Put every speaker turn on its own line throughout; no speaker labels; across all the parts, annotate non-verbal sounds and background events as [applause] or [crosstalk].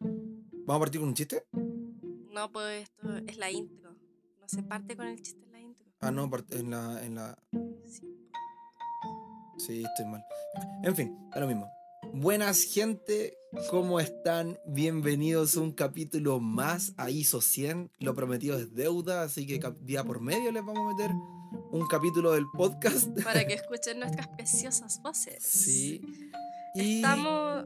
¿Vamos a partir con un chiste?
No, pues esto es la intro. No se parte con el chiste en la intro.
Ah, no, part- en la, en la.
Sí.
Sí, estoy mal. En fin, da lo mismo. Buenas, gente. ¿Cómo están? Bienvenidos a un capítulo más a ISO 100. Lo prometido es deuda, así que cap- día por medio les vamos a meter un capítulo del podcast.
Para que escuchen nuestras preciosas voces.
Sí. Y...
Estamos.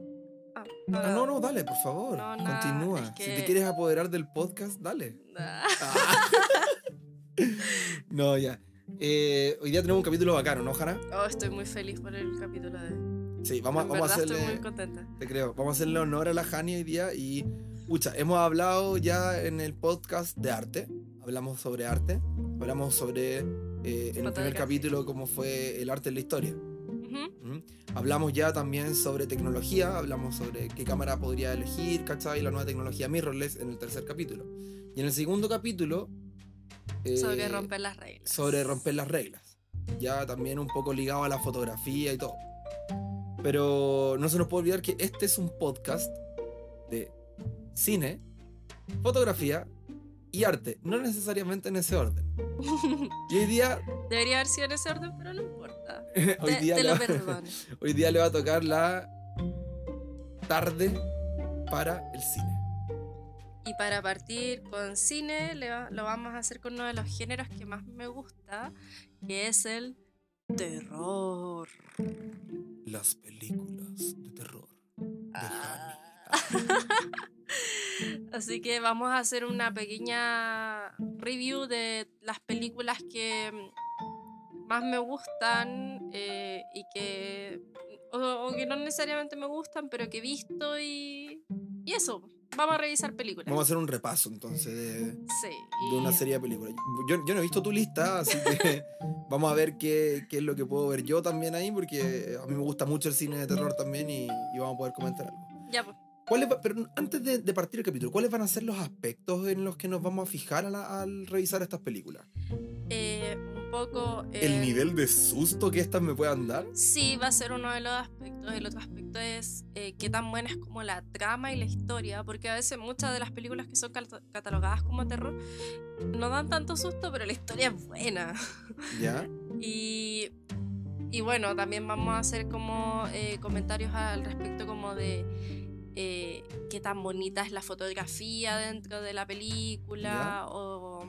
Ah, no,
Ah, no, no, dale, por favor.
No, nada,
Continúa.
es
Si te
que-
quieres apoderar del podcast, dale.
[laughs]
[laughs]
Ah,
Ah. no, ya. Eh, hoy día tenemos un capítulo bacano, ¿no, Jara?
Oh, estoy muy feliz por el capítulo de.
Sí, vamos, a-
en
vamos
verdad
a hacerle.
estoy muy contenta.
Te creo. Vamos a hacerle honor a la Jani hoy día y. Ucha, hemos hablado ya en el podcast de arte. Hablamos sobre arte. Hablamos sobre. eh, en el primer
Fotografía.
capítulo, cómo fue el arte en la historia.
Ujú.
Ujú. Hablamos ya también sobre tecnología, hablamos sobre qué cámara podría elegir, ¿cachai? La nueva tecnología mirrorless en el tercer capítulo. Y en el segundo capítulo... eh,
Sobre romper las reglas.
sobre romper las reglas. Ya también un poco ligado a la fotografía y todo. Pero no se nos puede olvidar que este es un podcast de cine, fotografía y arte. No necesariamente en ese orden. Y hoy día...
Debería haber sido en ese orden, pero no importa.
hoy
[laughs] te
día
te
le
lo
va-
perdono.
[laughs] Hoy día le va a tocar la tarde para el cine.
Y para partir con cine, le va- lo vamos a hacer con uno de los géneros que más me gusta, que es el terror.
Las películas de terror. de
Ah. [laughs] Así que vamos a hacer una pequeña review de las películas que mm, más me gustan eh, y que. O, o que no necesariamente me gustan, pero que he visto y. Y eso, vamos a revisar películas.
Vamos a hacer un repaso entonces de,
Sí.
de una
y-
serie de películas. Yo, yo no he visto tu lista, así
[laughs]
que vamos a ver qué, qué es lo que puedo ver yo también ahí, porque eh, a mí me gusta mucho el cine de terror también y, y vamos a poder comentar algo.
Ya, pues.
¿Cuáles va- pero antes de, de partir el capítulo, ¿cuáles van a ser los aspectos en los que nos vamos a fijar a la- al revisar estas películas?
eh, un poco. eh,
¿El
en-
nivel de susto que estas me puedan dar?
Sí, va a ser uno de los aspectos. El otro aspecto es eh, qué tan buena es como la trama y la historia, porque a veces muchas de las películas que son cat- catalogadas como terror no dan tanto susto, pero la historia es buena.
¿Ya?
Y, y bueno, también vamos a hacer como eh, comentarios al respecto como de eh, qué tan bonita es la fotografía dentro de la película o...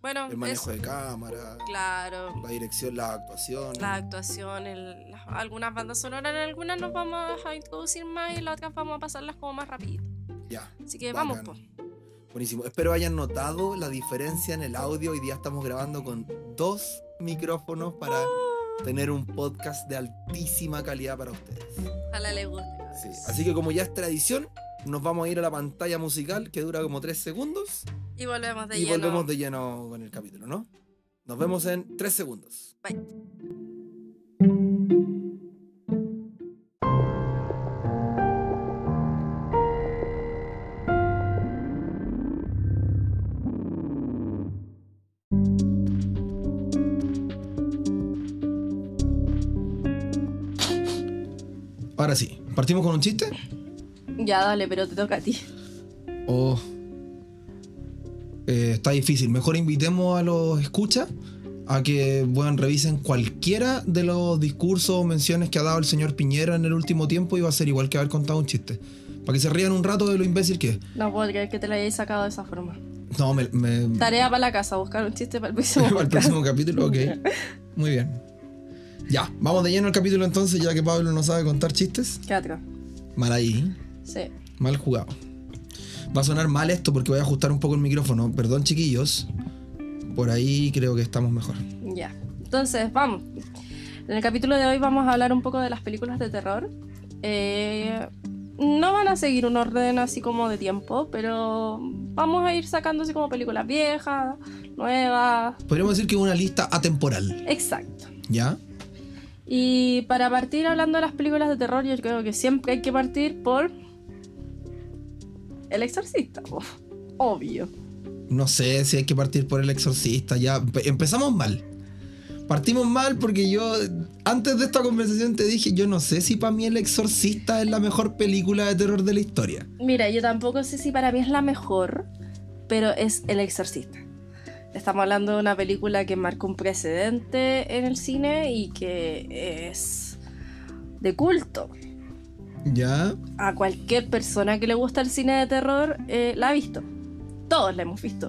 Bueno,
El
eso,
manejo de cámara,
claro,
la dirección, la actuación.
las actuaciones, las- algunas bandas sonoras, en algunas nos vamos a introducir más y en las otras vamos a pasarlas como más rapidito.
Ya.
Así que
bacán.
vamos, pues.
Buenísimo. Espero hayan notado la diferencia en el audio. Hoy día estamos grabando con dos micrófonos para tener un podcast de altísima calidad para ustedes.
Ojalá les guste. cabros.
Sí. Así que como ya es tradición, nos vamos a ir a la pantalla musical que dura como tres segundos
Y volvemos de
y
lleno.
volvemos de lleno con el capítulo, ¿no? Nos vemos en tres segundos.
Bye.
Ahora sí, ¿partimos con un chiste?
Ya, dale, pero te toca a ti.
Oh. Eh, está difícil. Mejor invitemos a los escuchas a que bueno, revisen cualquiera de los discursos o menciones que ha dado el señor Piñera en el último tiempo y va a ser igual que haber contado un chiste. Para que se rían un rato de lo imbécil que es.
No puedo creer que te lo hayáis sacado de esa forma.
No, me. me-
Tarea para la casa, buscar un chiste para el próximo
Para [laughs] el
podcast.
próximo capítulo, ok. Muy bien. Ya, vamos de lleno al capítulo entonces, ya que Pablo no sabe contar chistes.
Qué atroz.
Mal ahí.
Sí.
Mal jugado. Va a sonar mal esto porque voy a ajustar un poco el micrófono. Perdón, chiquillos. Por ahí creo que estamos mejor.
Ya, entonces vamos. En el capítulo de hoy vamos a hablar un poco de las películas de terror. Eh, no van a seguir un orden así como de tiempo, pero vamos a ir sacando así como películas viejas, nuevas.
Podríamos decir que es una lista atemporal,
Exacto.
¿ya?
Y para partir hablando de las películas de terror, yo creo que siempre hay que partir por. El exorcista, po. obvio.
No sé si hay que partir por el exorcista, ya. Empe- Empezamos mal. Partimos mal porque yo, antes de esta conversación, te dije: Yo no sé si para mí El Exorcista es la mejor película de terror de la historia.
Mira, yo tampoco sé si para mí es la mejor, pero es El Exorcista. Estamos hablando de una película que marcó un precedente en el cine y que es de culto.
¿Ya?
A cualquier persona que le gusta el cine de terror eh, la ha visto. Todos la hemos visto.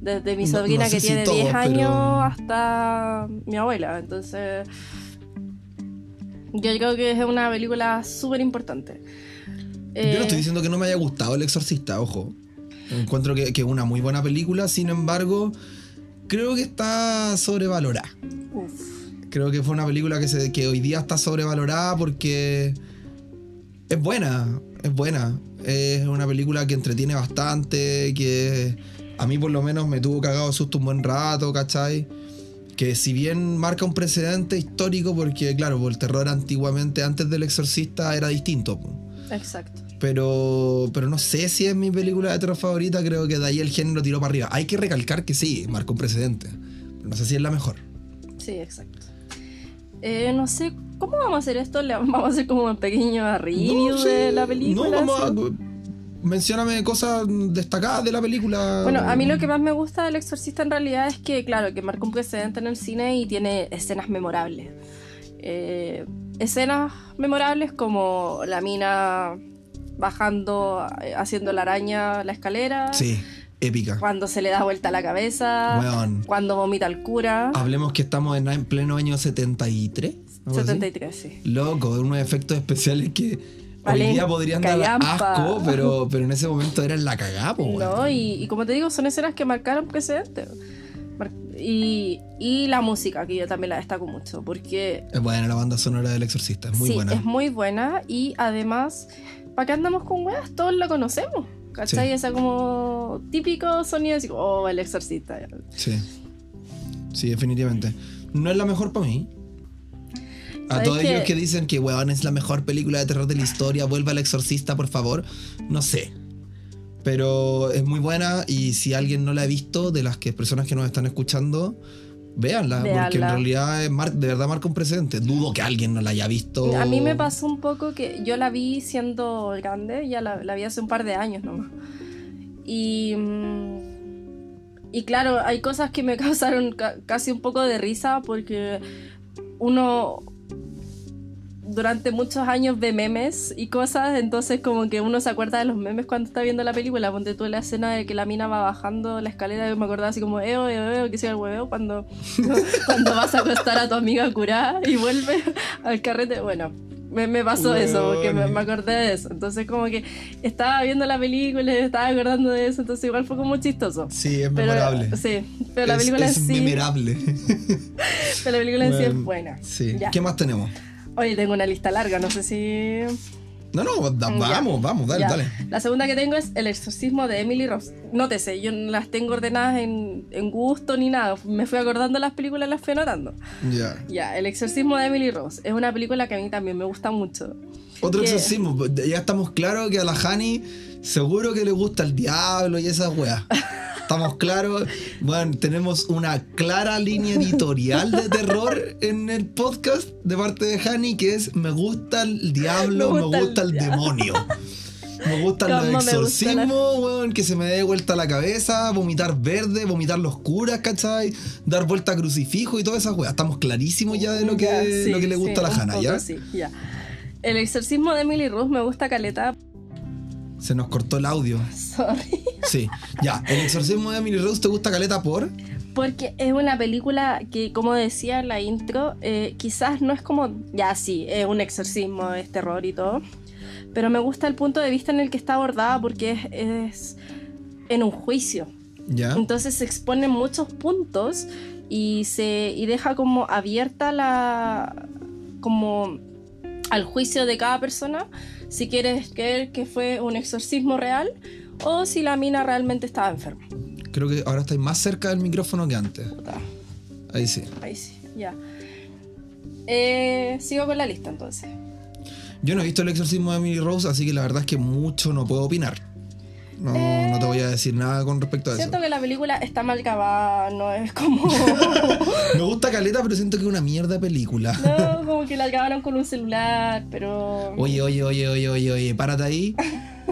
Desde mi
No- no
sobrina
sé
que
si
tiene
todos,
10 años
pero-
hasta mi abuela. Entonces, yo creo que es una película súper importante. Eh,
Yo no estoy diciendo que no me haya gustado El Exorcista, ojo. Encuentro que que es una muy buena película, sin embargo, creo que está sobrevalorada. Creo que fue una película que, se, que hoy día está sobrevalorada porque es buena, es buena. Es una película que entretiene bastante, que a mí por lo menos me tuvo cagado de susto un buen rato, ¿cachai? Que si bien marca un precedente histórico, porque claro, po, el terror antiguamente antes del exorcista era distinto. po.
Exacto.
Pero, pero no sé si es mi película de terror favorita, creo que de ahí el género tiró para arriba. Hay que recalcar que sí, marcó un precedente. Pero no sé si es la mejor.
Sí, exacto. Eh, no sé, ¿cómo vamos a hacer esto? ¿Le vamos a hacer como un pequeño review
No, sí.
de la película?
No, vamos
así?
a- Mencióname cosas destacadas de la película.
Bueno, a mí lo que más me gusta del Exorcista en realidad es que, claro, que marca un precedente en el cine y tiene escenas memorables. Eh, escenas memorables como la mina bajando, eh, haciendo la araña la escalera,
Sí, épica.
cuando se le da vuelta la cabeza,
Weón.
cuando vomita el cura.
Hablemos que estamos en, en pleno año 73. algo así.
73, sí.
Loco, unos efectos especiales que
Valen
hoy día podrían dar
callampa.
asco, pero, pero en ese momento eran la cagada, po, weón.
No, y, y como te digo, son escenas que marcaron precedente. Mar- Y, y la música, que yo también la destaco mucho, porque
Es buena la banda sonora del Exorcista, es muy
sí,
buena.
es muy buena y además, ¿para qué andamos con weas? Todos la conocemos. ¿Cachai?
Sí.
Esa como típico sonido, así, oh, el exorcista.
Sí. Sí, definitivamente. No es la mejor para mí. A
¿Sabes
todos
qué?
ellos que dicen que, weón, es la mejor película de terror de la historia, vuelva al exorcista, por favor. No sé. Pero es muy buena y si alguien no la ha visto, de las que, personas que nos están escuchando, véanla. Porque en
Véanla.
realidad es mar- de verdad marca un precedente. Dudo que alguien no la haya visto.
A mí me pasó un poco que yo la vi siendo grande, ya la, la vi hace un par de años nomás. Y, mm, y claro, hay cosas que me [laughs] causaron ca- casi un poco de risa porque uno durante muchos años ve memes y cosas, entonces como que uno se acuerda de los memes cuando está viendo la película. Ponte tú la escena de que la mina va bajando la escalera y me acordaba así como, eo, eo, eo, que sea el hueveo
[laughs]
cuando, cuando vas a acostar a tu amiga a curar y vuelve al carrete. Bueno, me, me pasó eso porque me, me acordé de eso. Entonces como que estaba viendo la película y estaba acordando de eso, entonces igual fue como chistoso.
Sí, es
Pero,
memorable.
sí, pero la
Es-
película
es,
en sí,
memorable. [laughs]
pero la película en sí es
Bueno,
buena.
sí.
Ya.
¿Qué más tenemos?
Oye, tengo una lista larga, no sé si
No, no, da-
Ya.
vamos, vamos, dale,
Ya.
dale.
La segunda que tengo es El exorcismo de Emily Rose. Nótese, yo no las tengo ordenadas en, en gusto ni nada. Me fui acordando las películas, las fui anotando.
Ya.
Ya, El exorcismo de Emily Rose. Es una película que a mí también me gusta mucho.
Otro
que-
exorcismo. Ya estamos claros que a la Hani seguro que le gusta el diablo y esas weas. Estamos claros. Bueno, tenemos una clara línea editorial de terror en el podcast de parte de Hani que es me gusta el diablo, me gusta, el,
diablo".
demonio. Me gustan
¿Cómo
los
me gusta la-
exorcismos, weón, que se me dé vuelta la cabeza, vomitar verde, vomitar los curas, ¿cachai? Dar vuelta a crucifijo y todas esas weas. Estamos clarísimos ya de lo que,
Ya, sí,
lo que le
sí,
gusta
un
a la Hannah,
poco
¿ya?
sí, ya. El exorcismo de Emily Rose me gusta caleta. [laughs]
Se nos cortó el audio.
Sorry.
Sí, ya. El exorcismo de Emily Rose te gusta caleta por.
Porque es una película que, como decía en la intro, eh, quizás no es como, ya sí, es un exorcismo, es terror y todo, pero me gusta el punto de vista en el que está abordada porque es, es en un juicio.
Ya.
Entonces se exponen muchos puntos y, se, y deja como abierta la... como al juicio de cada persona, si quieres creer que fue un exorcismo real o si la mina realmente estaba enferma.
Creo que ahora estáis más cerca del micrófono que antes.
Puta.
Ahí sí.
Ahí sí, ya. Eh, sigo con la lista entonces.
Yo no he visto el exorcismo de Emily Rose, así que la verdad es que mucho no puedo opinar. No,
Eh,
no te voy a decir nada con respecto a eso.
Siento que la película está mal acabada, no es como. [laughs]
Me gusta Caleta, pero siento que es una mierda de película.
no, como que la acabaron con un celular, pero.
Oye, oye, oye, oye, oye, oye, párate ahí.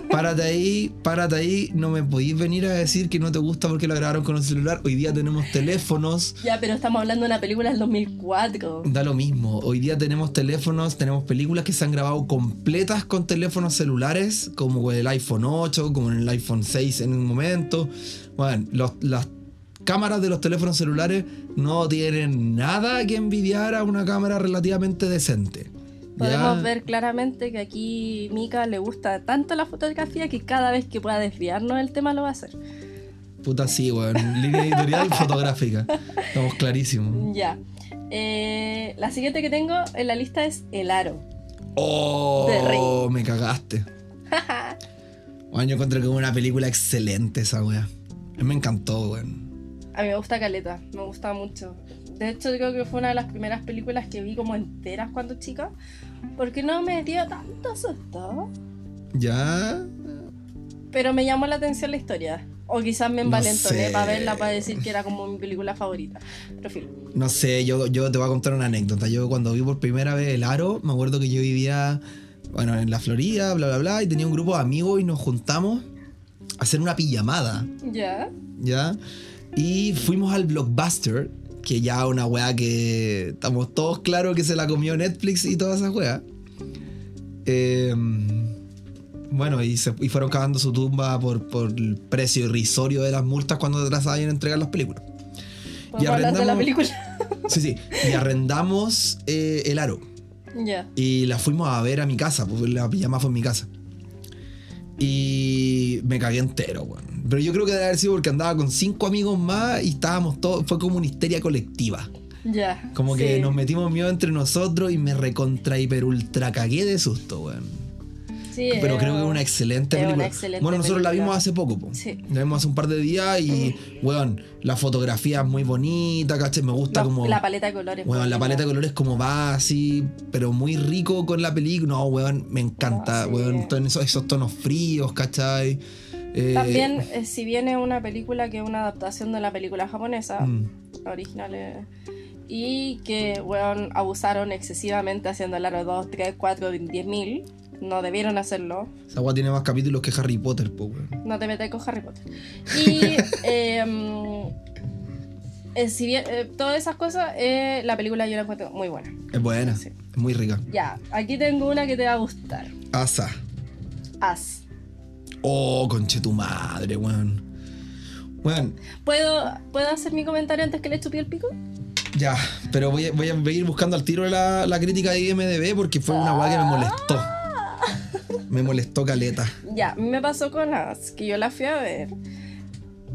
Párate ahí, párate ahí. No me podís venir a decir que no te gusta porque lo grabaron con un celular. Hoy día tenemos teléfonos.
Ya, pero estamos hablando de una película del 2004.
Da lo mismo. Hoy día tenemos teléfonos, tenemos películas que se han grabado completas con teléfonos celulares, como el iPhone 8, como el iPhone 6 en un momento. Bueno, los- las cámaras de los teléfonos celulares no tienen nada que envidiar a una cámara relativamente decente.
Podemos
Ya.
ver claramente que aquí Mika le gusta tanto la fotografía que cada vez que pueda desviarnos del tema lo va a hacer.
Puta, sí, weón. Línea editorial fotográfica. Estamos clarísimos.
Ya. Eh, la siguiente que tengo en la lista es El Aro. [laughs] De
Oh,
rey.
me cagaste. Weón, yo encuentro que es una película excelente esa weá. A mí Me encantó, weón.
A mí me gusta Caleta, me gusta mucho. De hecho, creo que fue una de las primeras películas que vi como enteras cuando chica, porque no me dio tanto susto,
Ya.
pero me llamó la atención la historia. O quizás me
No
envalentoné
sé.
para verla, para decir que era como mi película favorita. Pero fin.
No sé, yo, yo te voy a contar una anécdota. Yo cuando vi por primera vez el aro, me acuerdo que yo vivía, bueno, en la Florida, bla, bla, bla, y tenía un grupo de amigos y nos juntamos a hacer una pijamada,
Ya.
¿ya? Y fuimos al Blockbuster, que ya una weá que estamos todos claros que se la comió Netflix y toda esa weá. Em, bueno, y, se- y fueron cavando su tumba por, por el precio irrisorio de las multas cuando atrasaban en entregar las películas.
Podemos hablar de la
arrendamos-
película. [laughs]
Sí, sí. Y arrendamos eh, el aro.
ya.
Y la fuimos a ver a mi casa, porque la pijama fue en mi casa. Y me cagué entero, weón. Pero yo creo que debe haber sido porque andaba con cinco amigos más y estábamos todos. Fue como una histeria colectiva.
Ya.
Como que
Sí.
nos metimos miedo entre nosotros y me recontra hiper ultra cagué de susto, weón.
Sí,
Pero creo que es una
eh,
excelente
es una
película.
excelente
bueno, nosotros la
película.
vimos hace poco, po.
Sí.
La vimos hace un par de días y, weón, la fotografía es muy bonita, ¿cachai? Me gusta
la-
como.
La paleta de colores.
Weón, la
buena.
paleta de colores como va así, pero muy rico con la película. No, weón, me encanta,
Ah, sí.
weón. Todos esos, esos tonos fríos, ¿cachai? Eh,
También, eh, si bien es una película que es una adaptación de la película japonesa,
mm,
la original, eh, y que, weón, abusaron excesivamente haciendo el aro 2, 3, 4, 10 mil. No debieron hacerlo.
esa weá tiene más capítulos que Harry Potter, po, weón.
No te metas con Harry Potter. Y, eh, mm, eh, si bien, eh, todas esas cosas, eh, la película yo la encuentro muy buena.
Es buena,
Sí.
es muy rica.
Ya, aquí tengo una que te va a gustar.
Asa.
As.
Oh, conche tu madre, weón. Weón,
¿Puedo, ¿Puedo hacer mi comentario antes que le chupí el pico?
ya, pero voy a, voy a voy a ir buscando al tiro la, la crítica de IMDB porque fue una weá que me molestó.
Ah.
Me molestó caleta.
Ya, me pasó con As, que yo la fui a ver.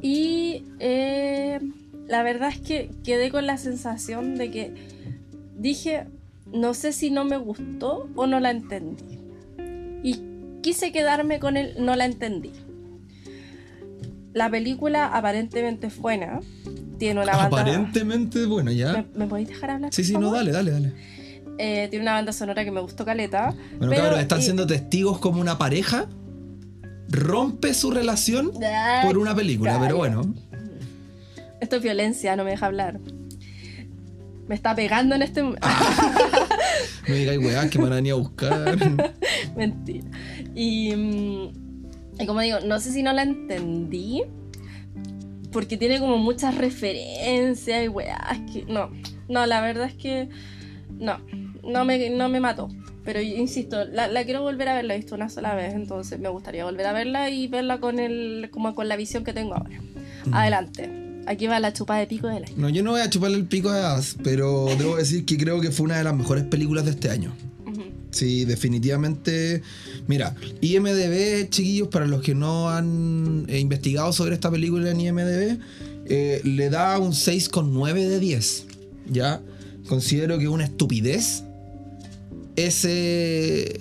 Y eh, la verdad es que quedé con la sensación de que dije, no sé si no me gustó o no la entendí. Y quise quedarme con el no la entendí. La película aparentemente es buena. Tiene una banda...
Aparentemente, bueno,
¿Me,
ya.
me podéis dejar hablar?
Sí,
por
sí, no,
favor?
dale, dale, dale.
Eh, tiene una banda sonora que me gustó caleta.
Bueno,
Pero- eh,
cabros, están
y-
siendo testigos como una pareja rompe su relación por una película, pero bueno.
Esto es violencia, no me deja hablar. Me está pegando en este momento.
No digáis weá que me van a venir a buscar.
[laughs] Mentira. Y, mm, y como digo, no sé si no la entendí. Porque tiene como muchas referencias y weas que. No, no, la verdad es que. No, no me, no me mató. Pero yo insisto, la, la quiero volver a ver, la he visto una sola vez, entonces me gustaría volver a verla y verla con el, como con la visión que tengo ahora. Adelante. Aquí va la chupa de pico de la
No, yo no voy a chuparle el pico a As, pero debo decir que creo que fue una de las mejores películas de este año. Sí, definitivamente. Mira, IMDB, chiquillos, para los que no han eh, investigado sobre esta película en IMDB, eh, le da un 6,9 de 10. ¿Ya? Considero que es una estupidez ese.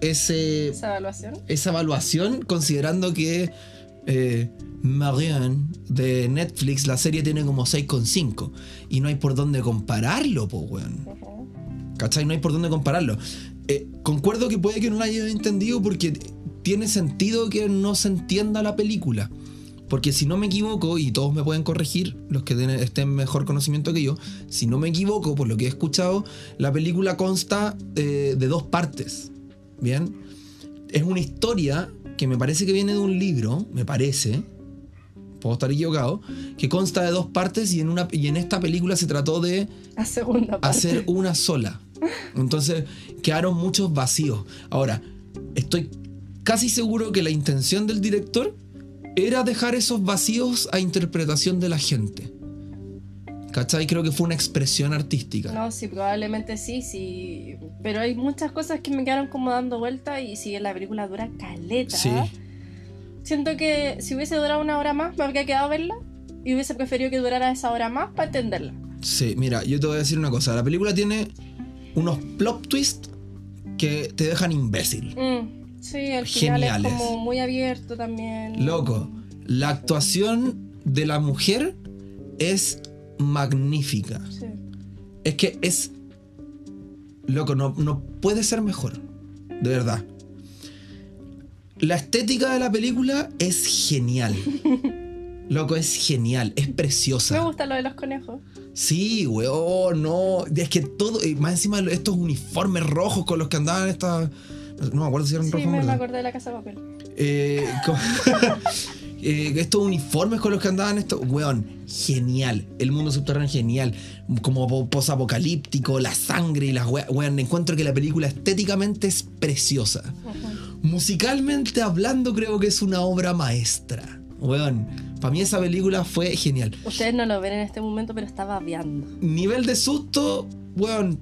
ese
Esa evaluación.
esa evaluación, considerando que eh, Marianne de Netflix, la serie tiene como 6,5 y no hay por dónde compararlo, po, weón.
Ujú.
¿Cachai? No hay por dónde compararlo. Eh, concuerdo que puede que no la haya entendido porque tiene sentido que no se entienda la película. Porque si no me equivoco, y todos me pueden corregir, los que tienen- estén mejor conocimiento que yo, si no me equivoco, por lo que he escuchado, la película consta eh, de dos partes. ¿Bien? Es una historia que me parece que viene de un libro, me parece, puedo estar equivocado, que consta de dos partes y en, una, y en esta película se trató de
A segunda parte.
hacer una sola. Entonces quedaron muchos vacíos. Ahora, estoy casi seguro que la intención del director era dejar esos vacíos a interpretación de la gente. ¿Cachai? Creo que fue una expresión artística.
No, sí, probablemente sí, sí. Pero hay muchas cosas que me quedaron como dando vuelta y si la película dura caleta. ¿ah?
sí,
Siento que si hubiese durado una hora más, me habría quedado a verla y hubiese preferido que durara esa hora más para entenderla.
sí. Mira, yo te voy a decir una cosa. La película tiene unos plot twists que te dejan imbécil.
Mm, sí, al final
Geniales.
es como muy abierto también.
Loco, la actuación de la mujer es magnífica.
Sí.
Es que es. Loco, no, no puede ser mejor. De verdad. La estética de la película es
[laughs]
genial. Loco, es genial, es
Me
preciosa.
gusta lo de los conejos.
Sí, weón, no. Es que todo. y Más encima de estos uniformes rojos con los que andaban estas. No me acuerdo si eran
Sí,
rojos.
me,
¿verdad?
me acordé de la casa de papel.
Eh, con- [laughs] eh, estos uniformes con los que andaban estos. Weón, genial. El mundo subterráneo genial. Como po- posapocalíptico, la sangre y las weas. Weón, encuentro que la película estéticamente es preciosa.
Ujú.
Musicalmente hablando, creo que es una obra maestra. Weón, para mí esa película fue genial.
Ustedes no lo ven en este momento, pero está babeando.
Nivel de susto, weón,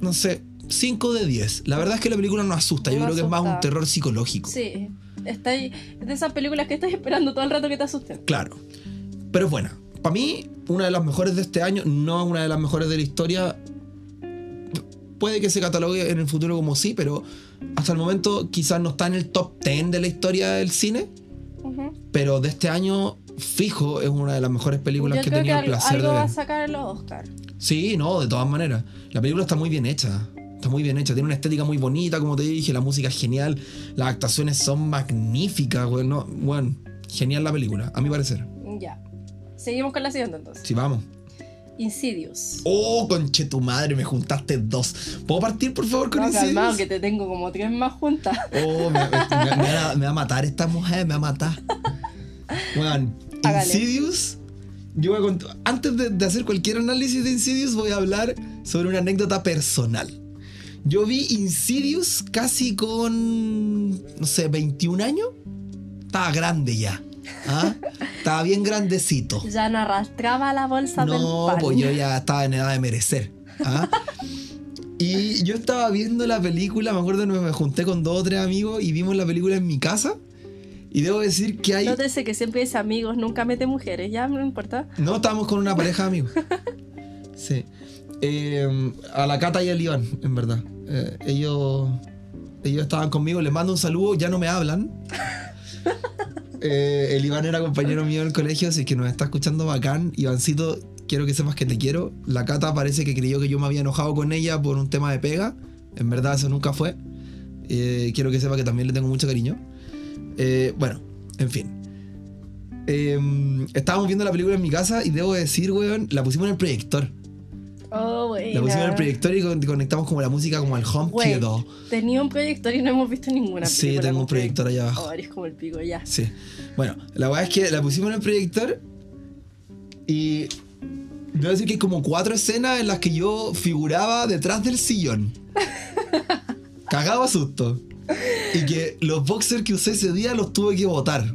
no sé, 5 de 10. La verdad es que la película no asusta. Yo
No
creo que es más un
asusta.
terror psicológico.
Sí, está ahí- es de esas películas que estás esperando todo el rato que te asusten.
Claro. Pero es buena. Para mí, una de las mejores de este año, no una de las mejores de la historia. P- Puede que se catalogue en el futuro como sí, pero hasta el momento quizás no está en el top 10 de la historia del cine.
Ujú.
Pero de este año, fijo, es una de las mejores películas
Yo
que he
creo que
tenido el
al-
placer
algo
de
va
ver.
a sacar en los Oscars.
Sí, no, de todas maneras. La película está muy bien hecha. Está muy bien hecha. Tiene una estética muy bonita, como te dije. La música es genial. Las actuaciones son magníficas. Bueno, bueno genial la película, a mi parecer.
Ya. Seguimos con la siguiente entonces.
Sí, vamos.
Insidious.
Oh, conche tu madre, me juntaste dos. ¿Puedo partir, por favor, con
No,
ese?
calmado, que te tengo como tres más juntas.
[laughs] Oh, me, me- me- me va, me va a matar esta mujer, me va a matar. Bueno,
Hágale.
Insidious. Yo voy a cont- Antes de, de hacer cualquier análisis de Insidious, voy a hablar sobre una anécdota personal. Yo vi Insidious casi con, no sé, 21 años. Estaba grande ya. ¿ah? Estaba bien grandecito.
Ya no arrastraba la bolsa del
No,
pan.
pues yo ya estaba en edad de merecer. ¿ah? [laughs] y yo estaba viendo la película, me acuerdo que me junté con dos o tres amigos y vimos la película en mi casa. Y debo decir que hay...
Nótese que siempre es amigos, nunca mete mujeres, ya no importa.
No, estábamos con una pareja de amigos. Sí. Eh, a la Cata y al Iván, en verdad. Eh, ellos, ellos estaban conmigo, les mando un saludo, ya no me hablan. Eh, el Iván era compañero mío en el colegio, así que nos está escuchando bacán. Ivancito, quiero que sepas que te quiero. La Cata parece que creyó que yo me había enojado con ella por un tema de pega. En verdad, eso nunca fue. Eh, quiero que sepa que también le tengo mucho cariño. Eh, bueno, en fin. Eh, estábamos viendo la película en mi casa y debo decir, weón, la pusimos en el proyector.
Oh, bueno.
La pusimos en el proyector y con- conectamos como la música como al home
Güey,
theater.
Tenía un proyector y no hemos visto ninguna
Sí,
película
tengo
con
un proyector allá abajo.
Oh, eres como el pico, ya.
Sí. Bueno, la verdad es que la pusimos en el proyector y debo decir que hay como cuatro escenas en las que yo figuraba detrás
[laughs]
del sillón. Cagado a susto. Y que los boxers que usé ese día los tuve que botar.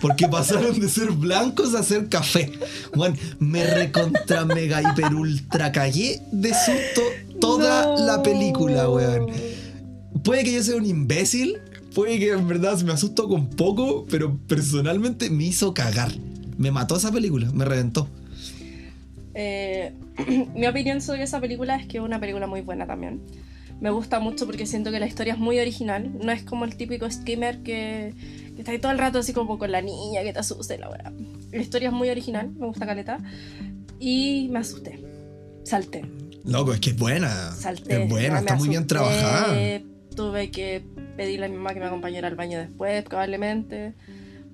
Porque pasaron de ser blancos a ser café. Bueno, me recontra mega hiper ultra cagué de susto toda
No.
la película, weón. Puede que yo sea un imbécil, puede que en verdad me asusto con poco, pero personalmente me hizo cagar. Me mató esa película, me reventó.
Eh, [clears throat] mi opinión sobre esa película es que es una película muy buena también. Me gusta mucho porque siento que la historia es muy original. No es como el típico screamer que, que está ahí todo el rato así como con la niña que te asuste la weá. La historia es muy original, me gusta caleta. Y me asusté. Salté.
Loco, es que es buena.
Salté.
es buena,
ya me
Eh, está muy bien
asusté,
trabajada.
Tuve que pedirle a mi mamá que me acompañara al baño después, probablemente.
[laughs]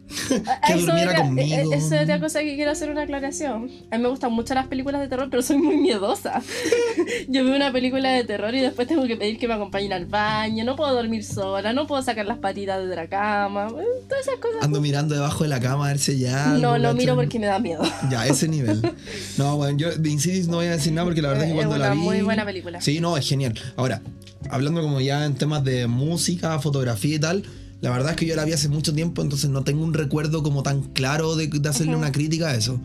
Que
eso
durmiera
era-
conmigo.
e- Eso es otra cosa que quiero hacer una aclaración. A mí me gustan mucho las películas de terror, pero soy muy miedosa. [laughs] Yo veo una película de terror y después tengo que pedir que me acompañen al baño. No puedo dormir sola, no puedo sacar las patitas de la cama. eh, Todas esas cosas.
Ando mirando debajo de la cama a ver si ya.
no lo miro porque me da miedo.
Ya, ese nivel. No, bueno, yo de Insidious no voy a decir nada porque la verdad
[laughs]
es
es
que cuando
una
la vi.
muy buena película.
Sí, no, es genial. Ahora, hablando como ya en temas de música, fotografía y tal, la verdad es que yo la vi hace mucho tiempo, entonces no tengo un recuerdo como tan claro de, de hacerle
Ujú.
una crítica a eso.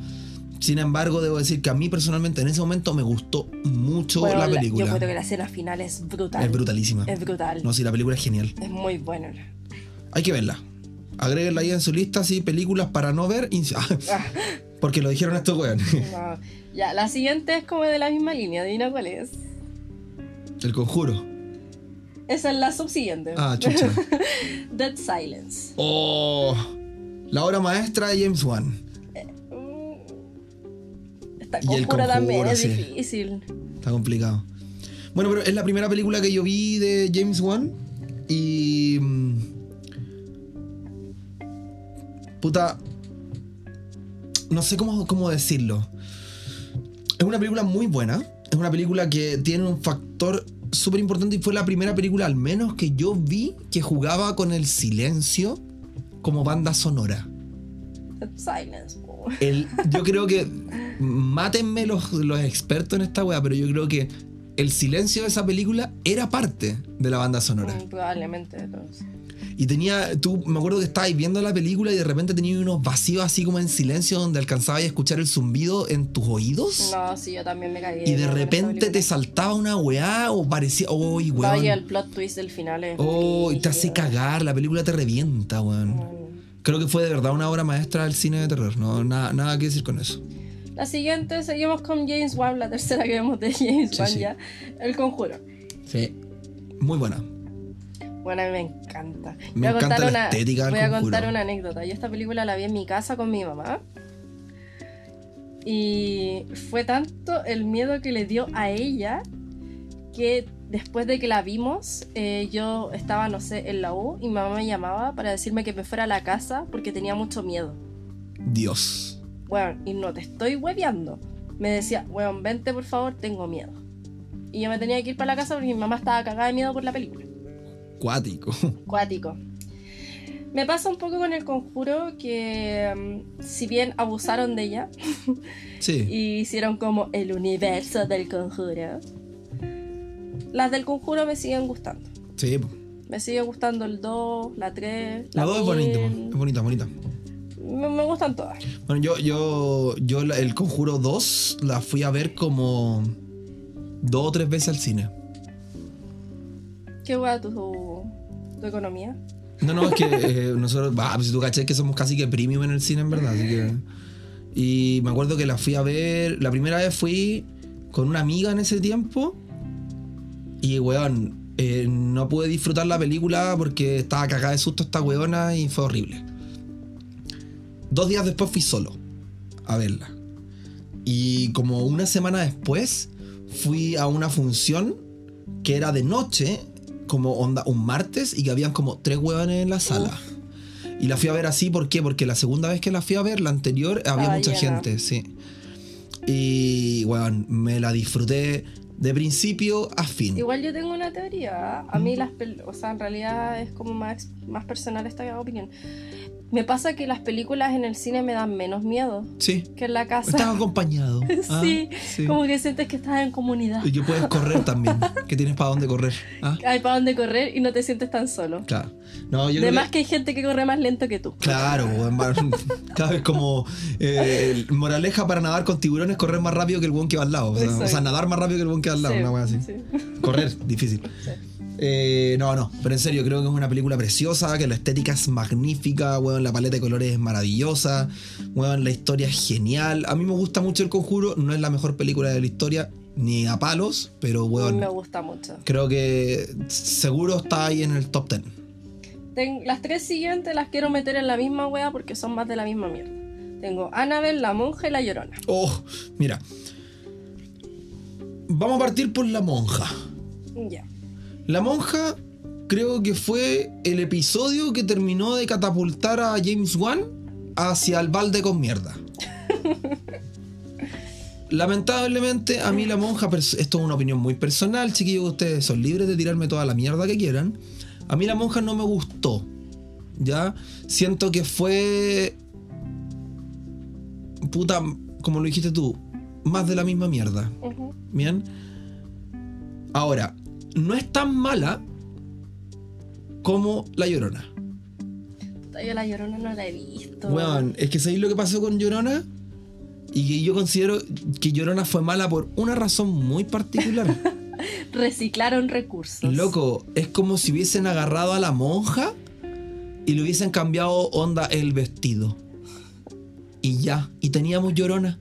Sin embargo, debo decir que a mí personalmente en ese momento me gustó mucho
Bueno,
la
la-
película.
yo creo que la escena final es brutal.
es brutalísima.
Es brutal.
No, sí, la película es genial.
Es muy buena.
Hay que verla. Agréguenla ahí en su lista, sí, películas para no ver. [laughs] ins-
Ah.
Porque lo dijeron estos weones.
No. Ya, la siguiente es como de la misma línea, adivina cuál es.
El conjuro.
Esa es la subsiguiente.
Ah,
[laughs]
chucha.
Dead Silence.
Oh, la obra maestra de James Wan.
Mm. Esta
Y el
conjura también
conjuro,
es
sí.
difícil.
Está complicado. Bueno, pero es la primera película que yo vi de James Wan. Y. mm, Puta. No sé cómo, cómo decirlo. Es una película muy buena. Es una película que tiene un factor súper importante y fue la primera película, al menos, que yo vi que jugaba con el silencio como banda sonora.
Dead Silence. po.
El- yo creo que. Mátenme los, los expertos en esta wea, pero yo creo que el silencio de esa película era parte de la banda sonora.
Mm, Probablemente. entonces.
Y tenía. Tú, me acuerdo que estabas viendo la película y de repente tenías unos vacíos así como en silencio donde alcanzabas a escuchar el zumbido en tus oídos.
No, sí, yo también me caí.
Y de
miedo con esta
repente te
película.
saltaba una weá o parecía. ¡Uy,
Vaya, el
weón!
plot twist del final es.
¡Oh! y Te hace
brígido.
cagar, la película te revienta, weón.
Mm.
Creo que fue de verdad una obra maestra del cine de terror. No, nada, nada que decir con eso.
La siguiente, seguimos con James Wan, la tercera que vemos de James
Sí,
Wan
sí.
ya. El conjuro.
Sí. Muy buena.
Bueno, a mí me encanta. voy
Me
a
encanta
contar
la
una,
estética del
Voy a contar
conjuro.
una anécdota. Yo esta película la vi en mi casa con mi mamá. Y fue tanto el miedo que le dio a ella que después de que la vimos, eh, yo estaba, no sé, en la U y mi mamá me llamaba para decirme que me fuera a la casa porque tenía mucho miedo.
Dios.
Bueno, y no te estoy hueveando. Me decía, weón, vente por favor, tengo miedo. Y yo me tenía que ir para la casa porque mi mamá estaba cagada de miedo por la película.
Cuático. [laughs]
Cuático. Me pasa un poco con el conjuro que, mm, si bien abusaron de ella
Sí.
y hicieron como el universo del conjuro, las del conjuro me siguen gustando.
Sí.
Me sigue gustando el 2, la 3.
La dos es bonita,
mil.
es bonita, bonita.
Me, me gustan todas.
Bueno, yo, yo, yo la- el Conjuro 2 la fui a ver como dos o tres veces al cine.
Qué guay tu, tu, tu economía.
No, no, es que eh, nosotros, bah, pues tú caché que somos casi que premium en el cine, en verdad. Así que, y me acuerdo que la fui a ver, la primera vez fui con una amiga en ese tiempo y, weón, eh, no pude disfrutar la película porque estaba cagada de susto esta weona y fue horrible. Dos días después fui solo a verla. Y como una semana después fui a una función que era de noche, como onda un martes, y que habían como tres huevones en la sala. Y la fui a ver así, ¿por qué? Porque la segunda vez que la fui a ver, la anterior, había
Estaba
mucha
llena.
gente, sí. Y, weón, me la disfruté de principio a fin.
Igual yo tengo una teoría. A mí las pel- o sea, en realidad es como más, más personal esta opinión. Me pasa que las películas en el cine me dan menos miedo
Sí,
que en la casa. [laughs]
estás acompañado. Ah,
Sí,
sí.
Como que sientes que estás en comunidad.
Y que puedes correr también, que tienes para dónde correr. Ah,
Hay para dónde correr y no te sientes tan solo.
claro. No, yo creo que-
Además que hay gente que corre más lento que tú.
Claro, weón, va- [laughs] cada vez como eh, el- moraleja para nadar con tiburones, correr más rápido que el buen que va al lado. O sea,
Exacto.
o sea, nadar más rápido que el buen que va al lado,
Sí,
una wea así.
sí.
Correr, difícil.
Sí.
Eh, no, no, pero en serio, creo que es una película preciosa, que la estética es magnífica, weón, la paleta de colores es maravillosa, weón, la historia es genial. A mí me gusta mucho El Conjuro, no es la mejor película de la historia, ni a palos, pero weón,
Me gusta mucho.
creo que seguro está ahí en el top 10.
Ten- las tres siguientes las quiero meter en la misma wea porque son más de la misma mierda. Tengo Annabelle, la monja y la llorona.
Oh, mira. Vamos a partir por la monja.
Ya.
La monja creo que fue el episodio que terminó de catapultar a James Wan hacia el balde con mierda. Lamentablemente, a mí la monja, pers- esto es una opinión muy personal, chiquillos, ustedes son libres de tirarme toda la mierda que quieran. A mí la monja no me gustó. ¿Ya? Siento que fue. Puta, como lo dijiste tú, más de la misma mierda.
Ujú.
Bien. Ahora, no es tan mala como La Llorona.
Yo la llorona no la he visto.
Weón, es que sabéis lo que pasó con Llorona. Y que yo considero que Llorona fue mala por una razón muy particular.
Reciclaron recursos.
Loco, es como si hubiesen agarrado a la monja y le hubiesen cambiado onda el vestido. Y ya, y teníamos llorona.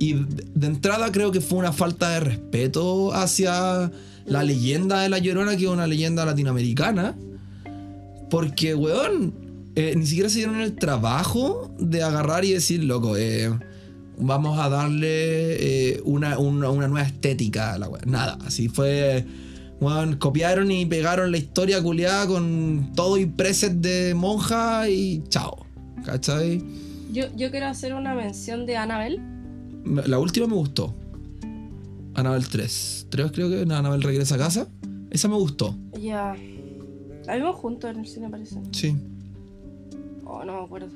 Y de de entrada creo que fue una falta de respeto hacia la leyenda de la llorona, que es una leyenda latinoamericana. Porque, weón, eh, ni siquiera se dieron el trabajo de agarrar y decir, loco, eh, vamos a darle eh, una, una- una nueva estética a la wea. Nada, así fue. weón, copiaron y pegaron la historia culiada con todo y preset de monja y chao. ¿Cachai?
Yo, yo quiero hacer una mención de Annabelle.
Me- La última me gustó. Anabel 3. 3 creo que. No, Anabel regresa a casa. Esa me gustó.
Ya. La vimos juntos en el cine, parece.
Sí.
Oh, no me acuerdo.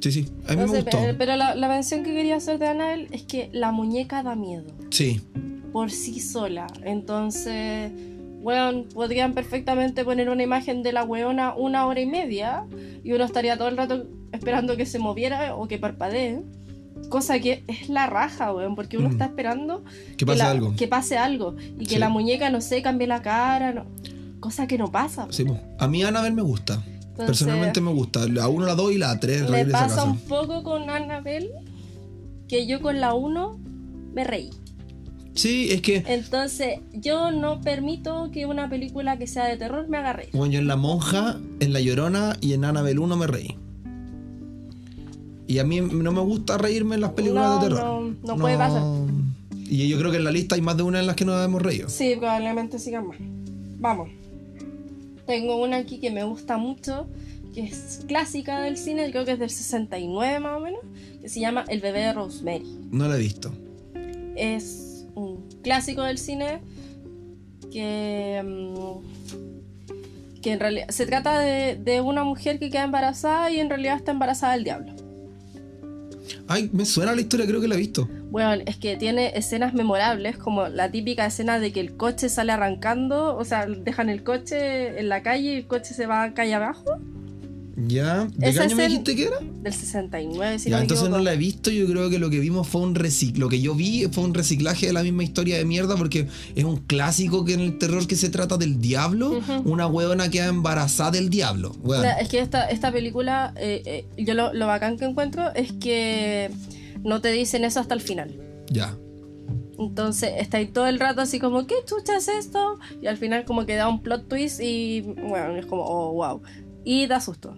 Sí, sí. A mí
No
me
sé,
gustó.
eh, pero, pero la, la mención que quería hacer de Annabelle es que la muñeca da miedo.
Sí.
por sí sola. Entonces, weón, podrían perfectamente poner una imagen de la weona una hora y media y uno estaría todo el rato esperando que se moviera o que parpadee. Cosa que es la raja, weón, porque uno
Mm.
está esperando
Que pase
la-
algo.
que pase algo y que
Sí.
la muñeca, no sé, cambie la cara, no- cosa que no pasa.
Sí, po. a mí Anabel me gusta.
Entonces,
Personalmente me gusta. La 1, la 2 y la 3
me
regresa a
pasa un
casa.
poco con Annabelle que yo con la 1 me reí.
Sí, es que.
Entonces, yo no permito que una película que sea de terror me haga reír.
Bueno, yo en La Monja, en La Llorona y en Annabelle 1 me reí. Y a mí no me gusta reírme en las películas
No,
de terror.
no, no puede pasar.
Y yo creo que en la lista hay más de una en las que nos hemos reído.
Sí, probablemente sigan más. Vamos. Tengo una aquí que me gusta mucho, que es clásica del cine, creo que es del 69 más o menos, que se llama El bebé de Rosemary.
No la he visto.
Es un clásico del cine que, mm, que en realidad se trata de, de una mujer que queda embarazada y en realidad está embarazada del diablo.
Ay, me suena la historia, creo que la he visto.
Bueno, es que tiene escenas memorables, como la típica escena de que el coche sale arrancando, o sea, dejan el coche en la calle y el coche se va a calle abajo,
¿Ya? ¿De qué
Esa
año me
es el-
dijiste que era?
del 69, si
ya,
no me
entonces no
equivoco.
la he visto. Yo creo que lo que vimos fue un reciclaje. Lo que yo vi fue un reciclaje de la misma historia de mierda porque es un clásico que en el terror que se trata del diablo.
Ujú.
Una huevona queda embarazada del diablo. Weón.
La- es que esta, esta película, eh, eh, yo lo, lo bacán que encuentro es que no te dicen eso hasta el final.
Ya.
Entonces está ahí todo el rato así como, ¿qué chucha es esto? Y al final como que da un plot twist y bueno, es como, oh, wow. Y da susto,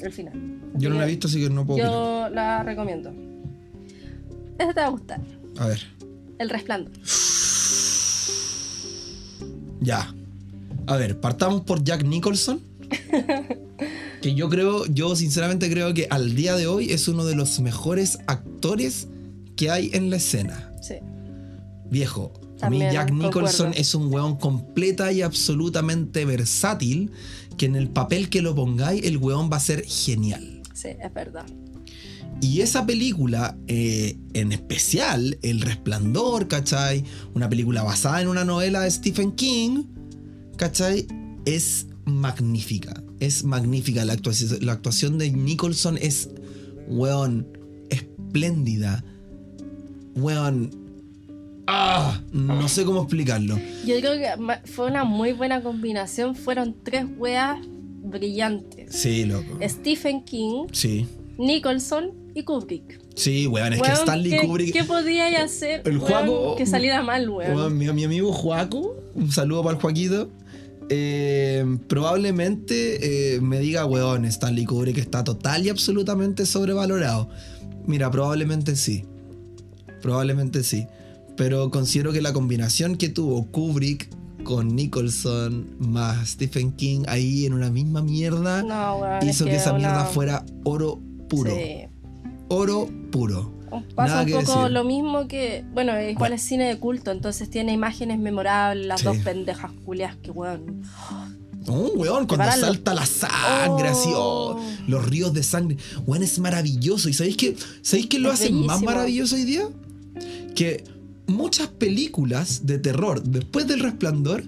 el final.
Yo no la
Así
he
que-
visto, así que no puedo opinar.
Yo la recomiendo. Esta te va a gustar.
A ver.
El resplandor.
Ya. A ver, partamos por Jack
[laughs]
Nicholson. que yo creo, yo sinceramente creo que al día de hoy es uno de los mejores actores que hay en la escena.
Sí.
Viejo, a
También,
mí Jack Nicholson
concuerdo.
es un weón completa y absolutamente versátil. Que en el papel que lo pongáis, el weón va a ser genial.
Sí, es verdad.
Y esa película, eh, en especial, El Resplandor, ¿cachai? Una película basada en una novela de Stephen King, ¿cachai? Es magnífica. Es magnífica. La actuación, la actuación de Nicholson es, weón, espléndida. Weón. ¡Ah! No sé cómo explicarlo.
Yo creo que ma- fue una muy buena combinación. Fueron tres weas brillantes.
Sí, loco.
Stephen King,
Sí.
Nicholson y Kubrick.
Sí, weón, es que
Weón,
Stanley
¿qué-
Kubrick.
¿Qué podía hacer
El
weón,
Juaco-
que saliera mal, weón?
Bueno, mi, mi amigo Juaco, un saludo para el Joaquito. eh, probablemente eh, me diga, weón, Stanley Kubrick está total y absolutamente sobrevalorado. Mira, probablemente sí. Probablemente sí. Pero considero que la combinación que tuvo Kubrick con Nicholson más Stephen King ahí en una misma mierda
No, weón, es
hizo que esa
una-
mierda fuera oro puro.
Sí.
Oro puro.
Un- Pasa
Nada
un
que
poco
decir.
lo mismo que. Bueno, igual
Bueno.
es cine de culto, entonces tiene imágenes memorables, las
Sí.
dos pendejas culias que weón.
Un weón, cuando
Preparan los-
salta la sangre, así,
Oh.
oh, los ríos de sangre. Weón, es maravilloso. ¿Y sabéis qué, ¿sabéis qué lo
Es
hace más
bellísimo.
maravilloso hoy día? Que muchas películas de terror después del resplandor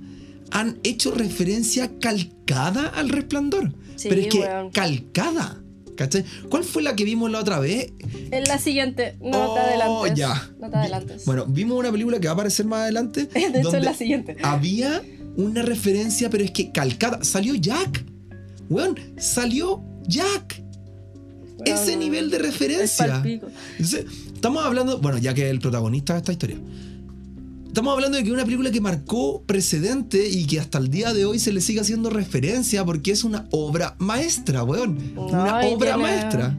han hecho referencia calcada al resplandor.
Sí,
Pero es que
weón.
calcada. ¿Cachai? ¿Cuál fue la que vimos la otra vez?
En la siguiente, no
Oh,
te adelantes.
ya.
No te adelantes.
Bueno, vimos una película que va a aparecer más
[laughs]
adelante.
de hecho,
donde-
en la siguiente.
había una referencia, pero es que calcada. Salió Jack. Weón, salió Jack. Ese
Weón,
nivel de
es
referencia.
palpico.
Entonces, estamos hablando, bueno, ya que es el protagonista de esta historia. Estamos hablando de que una película que marcó precedente y que hasta el día de hoy se le sigue haciendo referencia porque es una obra maestra, weón. una
No, y
obra
tiene-
maestra.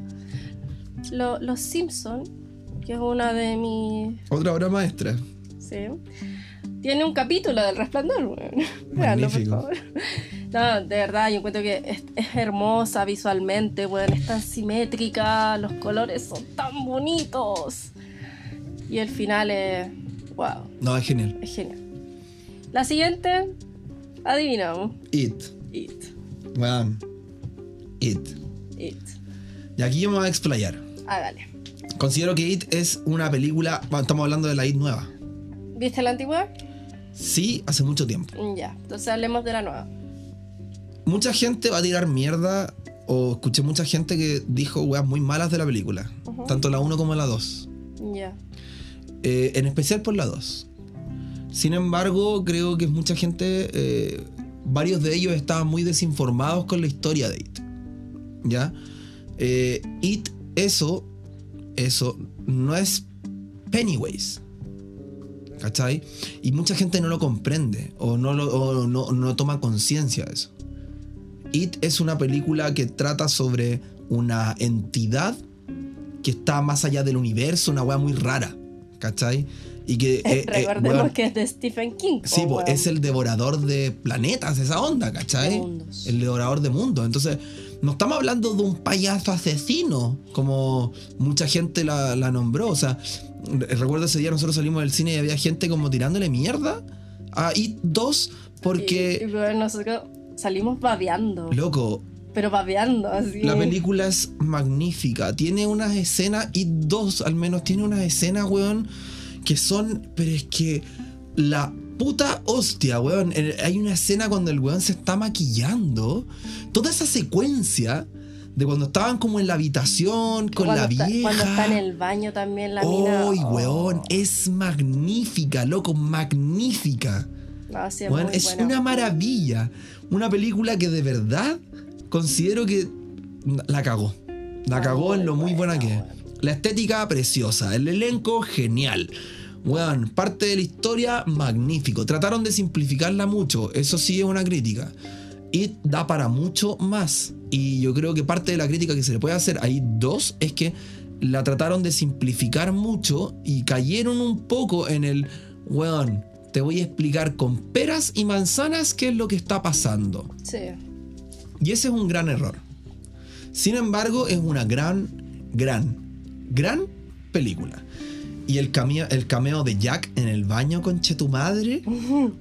Lo- los Simpson, que es una de mis.
Otra obra maestra.
Sí. Tiene un capítulo del resplandor, weón. [laughs] Veanlo, por
Magnífico.
favor. [laughs] No, de verdad, yo encuentro que es, es hermosa visualmente, weón. Es tan simétrica, los colores son tan bonitos. Y el final es. ¡Wow!
No, es genial.
Es genial. La siguiente, adivinamos.
It.
It.
Weón. It.
It. Ah,
Y aquí yo me voy a explayar.
Hágale.
Considero que It es una película. Bueno, estamos hablando de la It nueva.
¿Viste la antigua?
Sí, hace mucho tiempo.
Mm, Ya. Entonces hablemos de la nueva.
Mucha gente va a tirar mierda. O escuché mucha gente que dijo weas muy malas de la película.
Ujú.
Tanto la 1 como la 2.
Ya.
Eh, en especial por la 2. Sin embargo, creo que mucha gente. eh, varios de ellos estaban muy desinformados con la historia de It. ¿Ya? Eh, It, eso. Eso no es Pennywise. ¿Cachai? Y mucha gente no lo comprende o no, lo- o no, no toma conciencia de eso. It es una película que trata sobre una entidad que está más allá del universo, una weá muy rara. ¿Cachai? Y que. eh, eh,
[laughs] Recordemos
weón,
que es de Stephen King.
Sí, pues,
po,
po,
weón.
es el devorador de planetas, esa onda, ¿cachai?
De mundos.
El devorador de mundos. Entonces, no estamos hablando de un payaso asesino, como mucha gente la, la nombró. O sea, re- recuerdo ese día nosotros salimos del cine y había gente como tirándole mierda a It 2
Y,
porque,
y, weón, nosotros salimos babeando.
loco,
Pero babeando, así.
la película es magnífica. Tiene unas escenas, It 2 al menos, tiene unas escenas, weón, que son, pero es que la puta hostia, weón. En- Hay una escena cuando el weón se está maquillando. Toda esa secuencia de cuando estaban como en la habitación con
cuando
la
está,
vieja.
Cuando está en el baño también la mina.
¡Ay,
oh.
weón! Es magnífica, loco, magnífica.
No, sí, es
Weón,
muy
es
buena.
una maravilla. Una película que de verdad considero que la cagó. La
Está
cagó en
muy
lo muy buena
buena,
que es. La estética preciosa, el elenco genial. Weón, parte de la historia magnífico. Trataron de simplificarla mucho, eso sí es una crítica. Y da para mucho más. Y yo creo que parte de la crítica que se le puede hacer ahí dos es que la trataron de simplificar mucho y cayeron un poco en el, weón, te voy a explicar con peras y manzanas qué es lo que está pasando.
Sí.
Y ese es un gran error. Sin embargo, es una gran, gran, gran película. Y el cameo, el cameo de Jack en el baño con Che tu madre,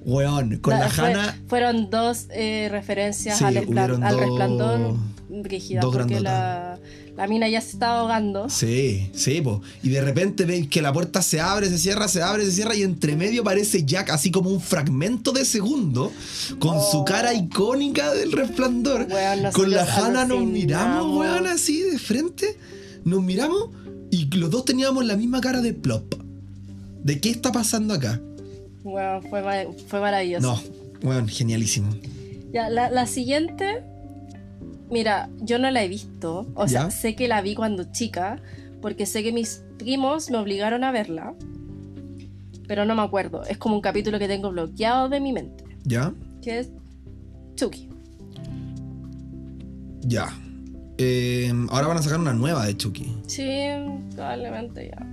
weón, con
No,
la
fue-
Hannah.
Fueron dos eh, referencias
Sí,
al, esplan-
hubieron
al
dos-
resplandor rígida.
dos
Porque la,
grandotas.
la mina ya se estaba ahogando.
Sí, sí, po. Y de repente veis que la puerta se abre, se cierra, se abre, se cierra y entre medio aparece Jack así como un fragmento de segundo con su
Oh.
cara icónica del resplandor.
Weón,
Con
nosotros
la Hanna nos
alucinamos.
miramos, weón, así de frente. Nos miramos y los dos teníamos la misma cara de plop. ¿De qué está pasando acá?
Weón, fue, ma- fue maravilloso.
No, weón, genialísimo.
Ya, la, la siguiente. Mira, yo no la he visto. O
¿Ya?
sea, sé que la vi cuando chica, porque sé que mis primos me obligaron a verla. Pero no me acuerdo. Es como un capítulo que tengo bloqueado de mi mente.
¿Ya?
Que es Chucky.
Ya. Eh, ahora van a sacar una nueva de Chucky.
Sí, probablemente ya.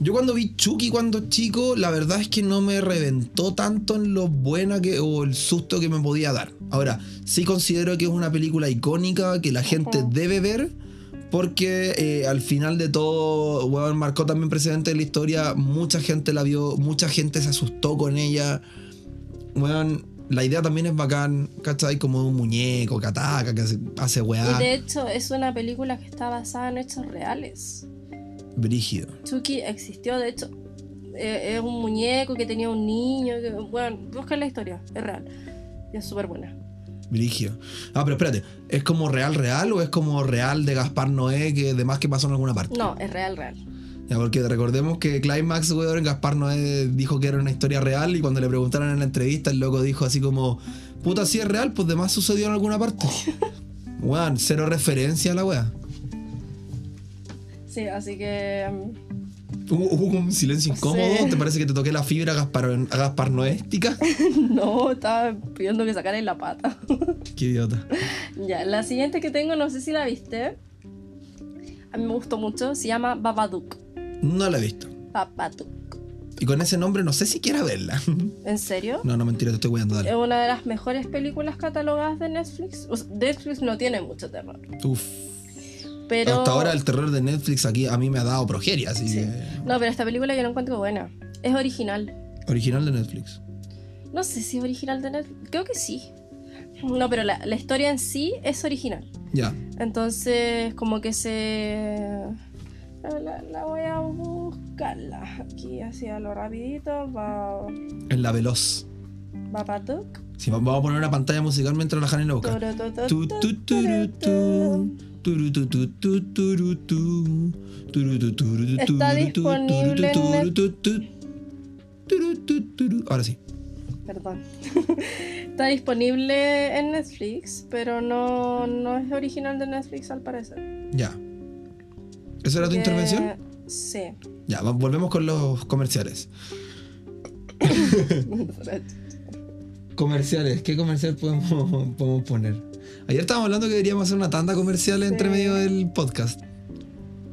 Yo cuando vi Chucky cuando chico, la verdad es que no me reventó tanto en lo buena que, o el susto que me podía dar. Ahora, sí considero que es una película icónica que la gente
Ujú.
debe ver porque eh, al final de todo, weón, marcó también precedente de la historia. Mucha gente la vio, mucha gente se asustó con ella. Weón, la idea también es bacán, ¿cachai? Como de un muñeco que ataca, que hace- hace
Y
weá.
de hecho es una película que está basada en hechos reales.
Brígido.
Chucky existió, de hecho. Eh, es un muñeco que tenía un niño. que- bueno, busquen la historia, es real. Y es súper buena.
Brígido. Ah, pero espérate, ¿es como real real o es como real de Gaspar Noé que demás que pasó en alguna parte?
No, es real, real.
Ya, porque recordemos que Climax, weón, Gaspar Noé dijo que era una historia real y cuando le preguntaron en la entrevista, el loco dijo así como, puta, si es real, pues demás sucedió en alguna parte. Weón, cero referencia a la weá.
Sí, así que. mm, [laughs]
Hubo, hubo un silencio
Sí.
incómodo, ¿te parece que te toqué la fibra Gaspar, Gaspar Noéstica?
No, estaba pidiendo que sacaran la pata. [laughs]
Qué idiota.
ya, la siguiente que tengo, no sé si la viste. A mí me gustó mucho. Se llama Babadook.
No la he visto.
Babadook.
Y con ese nombre no sé si quiera verla. [laughs]
¿En serio?
no, no, mentira, te estoy cuidando,
Es
dale.
una de las mejores películas catalogadas de Netflix. O sea, Netflix no tiene mucho terror.
Uf.
Pero.
Hasta ahora el terror de Netflix aquí a mí me ha dado progeria, así
Sí.
que...
No, pero esta película yo la encuentro buena. Es original.
Original de Netflix.
No sé si es original de Netflix. Creo que sí. No, pero la, la historia en sí es original.
Ya.
Entonces, como que se. La, la- la voy a buscarla. Aquí, así a lo rapidito. Va,
En la veloz.
va pa' tu.
Si va- vamos a poner una pantalla musical mientras la Jani la busca.
Toro, to, to,
Tu,
to,
tu, turu, tu. Turu, tu, tu, tu, turu, tu. Turu, tu, turu, tu,
Está
turu, tu,
disponible
turu, tu,
en
turu, tu, tu. Turu, tu, turu. Ahora sí.
Perdón. [laughs] Está disponible en Netflix, pero no, no es original de Netflix al parecer.
Ya. ¿Esa era tu
Que-
intervención?
Sí.
Ya, va- volvemos con los comerciales. Comerciales, ¿qué comercial podemos, [laughs] podemos poner? Ayer estábamos hablando que deberíamos hacer una tanda comercial entre
Sí.
medio del podcast.